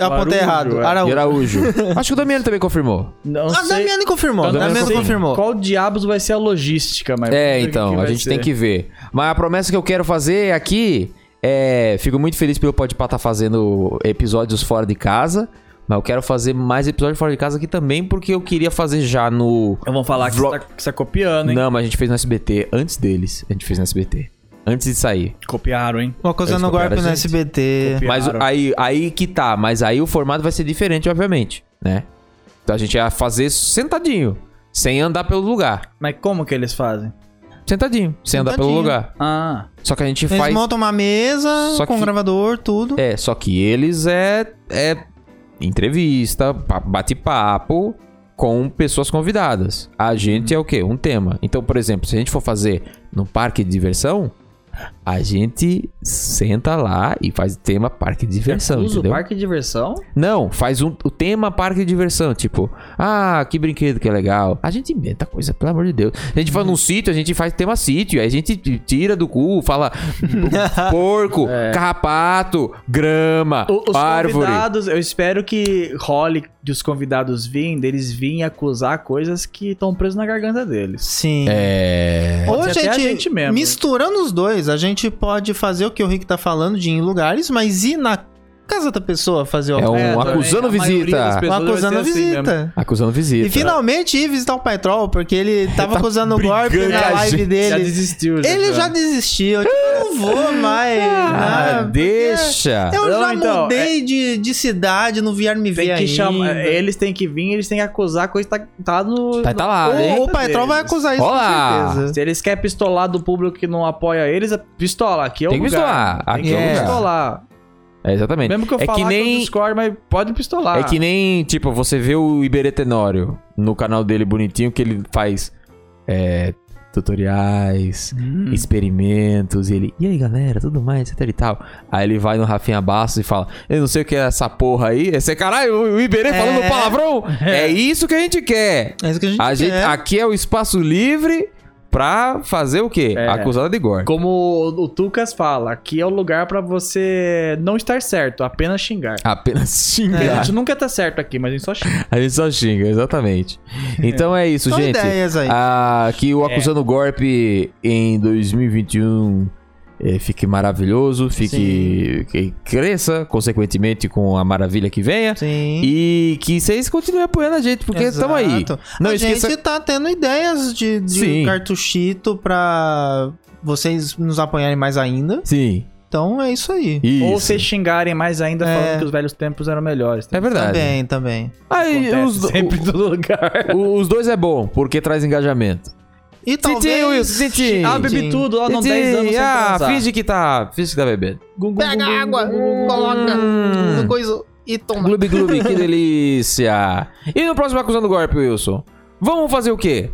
C: Eu apontei
B: Araújo,
C: errado.
B: é.
A: E
C: Araújo.
A: Araújo. Acho que o Damiano também confirmou.
B: Não
C: A
B: sei.
C: Damiane confirmou.
B: Eu
C: A
B: não
C: Damiane
B: sei
C: confirmou.
B: Qual diabos vai ser a logística, mas.
A: É,
B: vamos ver o
A: então,
B: que
A: a
B: vai
A: gente tem
B: ser.
A: que ver. Mas a promessa que eu quero fazer aqui é. Fico muito feliz pelo Podpah estar fazendo episódios fora de casa. Mas eu quero fazer mais episódios fora de casa aqui também, porque eu queria fazer já no.
B: Eu vou falar que
A: Vlo-
B: você tá, que você tá copiando, hein?
A: Não, mas a gente fez no SBT antes deles. A gente fez no SBT. Antes de sair.
B: Copiaram, hein?
C: Uma coisa
A: Eles
C: no
A: copiaram
C: golpe
A: a
C: no
A: gente.
C: SBT.
A: Mas
B: Copiaram.
A: aí, aí que tá. Mas aí o formato vai ser diferente, obviamente, né? Então a gente ia fazer sentadinho. Sem andar pelo lugar.
B: Mas como que eles fazem?
A: Sentadinho. Sem andar pelo
C: Sentadinho.
A: lugar.
B: Ah,
A: Só que a gente
C: Eles
A: faz.
C: montam uma mesa
A: Só
C: com
A: que-
C: gravador, tudo.
A: É, só que eles é, é entrevista, pa- bate-papo com pessoas convidadas. A gente é o quê? Um tema. Então, por exemplo, se a gente for fazer num parque de diversão, a gente senta lá e faz tema parque de diversão,
B: usa o
A: entendeu?
B: parque de diversão?
A: Não, faz um, o tema parque de diversão, tipo, ah, que brinquedo que é legal. A gente inventa coisa, pelo amor de Deus. A gente vai
B: Uhum.
A: num sítio, a gente faz tema sítio, aí a gente tira do cu, fala porco,
B: É.
A: carrapato, grama,
B: O- os
A: árvore.
B: convidados, eu espero que role de os convidados vindo, eles virem acusar coisas que estão presas na garganta deles.
C: Sim.
A: É.
C: Ou a
B: Pode ser
C: gente,
B: até a gente mesmo.
C: misturando os dois, a gente pode fazer o que o Rick tá falando de ir em lugares, mas ir na casa da pessoa fazer o
A: É um
B: também,
A: acusando
B: a maioria
A: visita.
B: das pessoas vai
C: Um acusando a
B: ser assim mesmo.
C: visita.
A: Acusando visita.
C: e finalmente ir visitar o Pai Troll, porque ele tava acusando o
A: tá brigando
C: golpe
A: com
C: na
A: a
C: live
A: gente.
B: Já
C: dele.
B: desistiu.
C: ele já desistiu, eu tipo, não vou mais.
A: Ah, é-
C: né?
A: deixa.
C: Eu
B: Não,
C: já
B: então,
C: mudei de, de cidade, não vieram me ver
B: Tem que
C: ainda.
B: chamar,
A: é,
B: eles têm que vir, eles têm que acusar coisa que tá, tá no.
A: Tá, tá lá, hein?
C: O, o Pai Troll vai acusar isso
A: Olá.
C: com certeza.
B: Se eles querem pistolar do público que não apoia eles, é pistola. Aqui é o
A: Tem que
B: lugar.
A: pistolar. Aqui
B: Tem
A: é o
B: que
A: lugar.
B: pistolar.
A: É, exatamente.
B: Mesmo Ah. que eu
A: é
B: falar
A: que
B: que, eu
A: nem
B: discordo, mas pode pistolar.
A: É que nem, tipo, você vê o Iberê Tenório no canal dele bonitinho, que ele faz é, tutoriais,
B: Hum.
A: experimentos, e ele, e aí galera, tudo mais, etc e tal. Aí ele vai no Rafinha Bastos e fala, eu não sei o que é essa porra aí, esse caralho, o o Iberê falando palavrão, é. isso que a gente quer.
C: É isso que a gente,
A: A gente,
C: quer.
A: aqui é o espaço livre pra fazer o quê?
B: É.
A: Acusada de gore.
B: Como o o Tucas fala, aqui é o lugar pra você não estar certo, apenas xingar.
A: Apenas
B: A
A: xingar.
B: gente nunca tá certo aqui, mas a gente só xinga.
A: A gente só xinga, exatamente. Então é isso,
C: São
A: gente.
C: ideias aí.
A: Ah, que
B: É.
A: o Acusando Golpe em 2021 eh, fique maravilhoso, fique que cresça, consequentemente, com a maravilha que venha.
C: Sim.
A: E que vocês continuem apoiando a gente, porque estamos aí.
C: Exato.
A: Não
C: a
A: esqueça.
C: gente tá tendo ideias de,
A: Sim.
C: de cartuchito pra vocês nos apoiarem mais ainda.
A: Sim,
C: Então é isso aí.
A: isso.
B: Ou vocês xingarem mais ainda
C: É.
B: falando que os velhos tempos eram melhores.
A: É verdade.
C: Também, também.
A: Aí,
B: Acontece
A: os, do-
B: sempre do lugar.
A: o- os dois é bom, porque traz engajamento.
C: E tá
A: Titinho,
C: talvez...
A: Wilson, Titinho.
B: Ah, bebi
C: Sim.
B: tudo, ó, não 10 anos sem
A: ah,
B: transar.
A: finge que tá. Finge que tá bebendo.
C: Pega a água, coloca
A: Hum.
C: no coisa e toma.
A: Gloob Gloob, que delícia. E no próximo Acusando Golpe, Wilson? Vamos fazer o quê?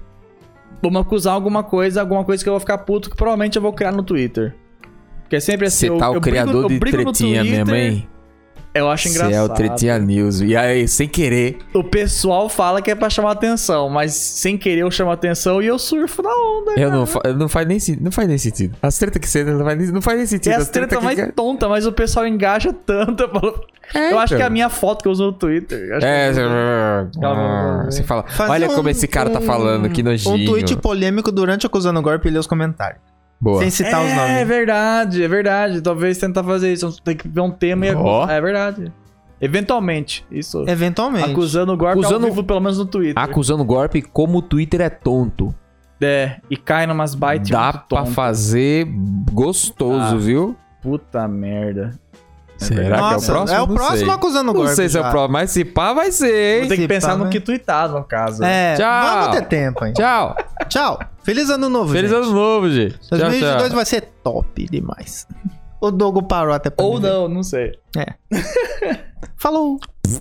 B: Vamos acusar alguma coisa, alguma coisa que eu vou ficar puto, que provavelmente eu vou criar no Twitter. Porque é sempre assim,
A: Você
B: eu,
A: tá o
B: eu brigo-
A: criador
B: eu
A: de
B: brigo no
A: tretinha
B: Twitter,
A: mesmo, hein?
B: Eu acho engraçado.
A: Você é o Tretinha News. E aí, sem querer.
B: O pessoal fala que é pra chamar atenção, mas sem querer eu chamo atenção e eu surfo na onda.
A: Eu não, fa- eu não, faz nem, sen- não faz nem sentido. As treta que você não faz nem, não faz nem sentido.
B: É as treta
A: que-
B: mais tonta, mas o pessoal engaja tanto. Eu, falo- eu acho
A: então.
B: que é a minha foto que eu uso no Twitter. Eu acho
A: É,
B: que-
A: você-
B: Calma,
A: você fala.
C: Fazer
A: Olha como
C: um-
A: esse cara tá
C: um-
A: falando, que nojinho.
C: Um tweet polêmico durante Acusando o Golpe e lê os comentários.
A: Boa.
C: Sem citar os
B: É, é
C: nomes.
B: verdade, é verdade. Talvez tentar fazer isso. Tem que ver um tema e
A: Ó.
B: acusar. É verdade. Eventualmente, isso.
C: Eventualmente.
B: Acusando o golpe
A: Acusando-
B: ao vivo, pelo menos no Twitter.
A: Acusando o golpe como o Twitter é tonto.
B: É, e cai numas bytes
A: Dá
B: muito
A: pra
B: tontas.
A: fazer gostoso,
B: Ah,
A: viu?
B: Puta merda.
A: Será
C: Nossa,
A: que é o próximo?
C: é o
A: Não
C: próximo
A: sei.
C: Acusando o
A: Não
C: Golpe.
A: sei se é o
C: já.
A: próximo, mas se pá, vai ser,
B: Vou
A: hein?
B: ter que
C: Se
B: pensar
C: pá,
B: no
C: né?
B: que tweetar, no caso.
C: É,
A: Tchau.
C: vamos ter tempo, hein?
A: Tchau.
C: Tchau. Feliz ano novo,
A: Feliz
C: gente.
A: ano novo, gente. Tchau, tchau.
C: 2022 vai ser top demais. O Dogo parou até pra
B: Ou
C: me ver.
B: não, não sei.
C: Falou.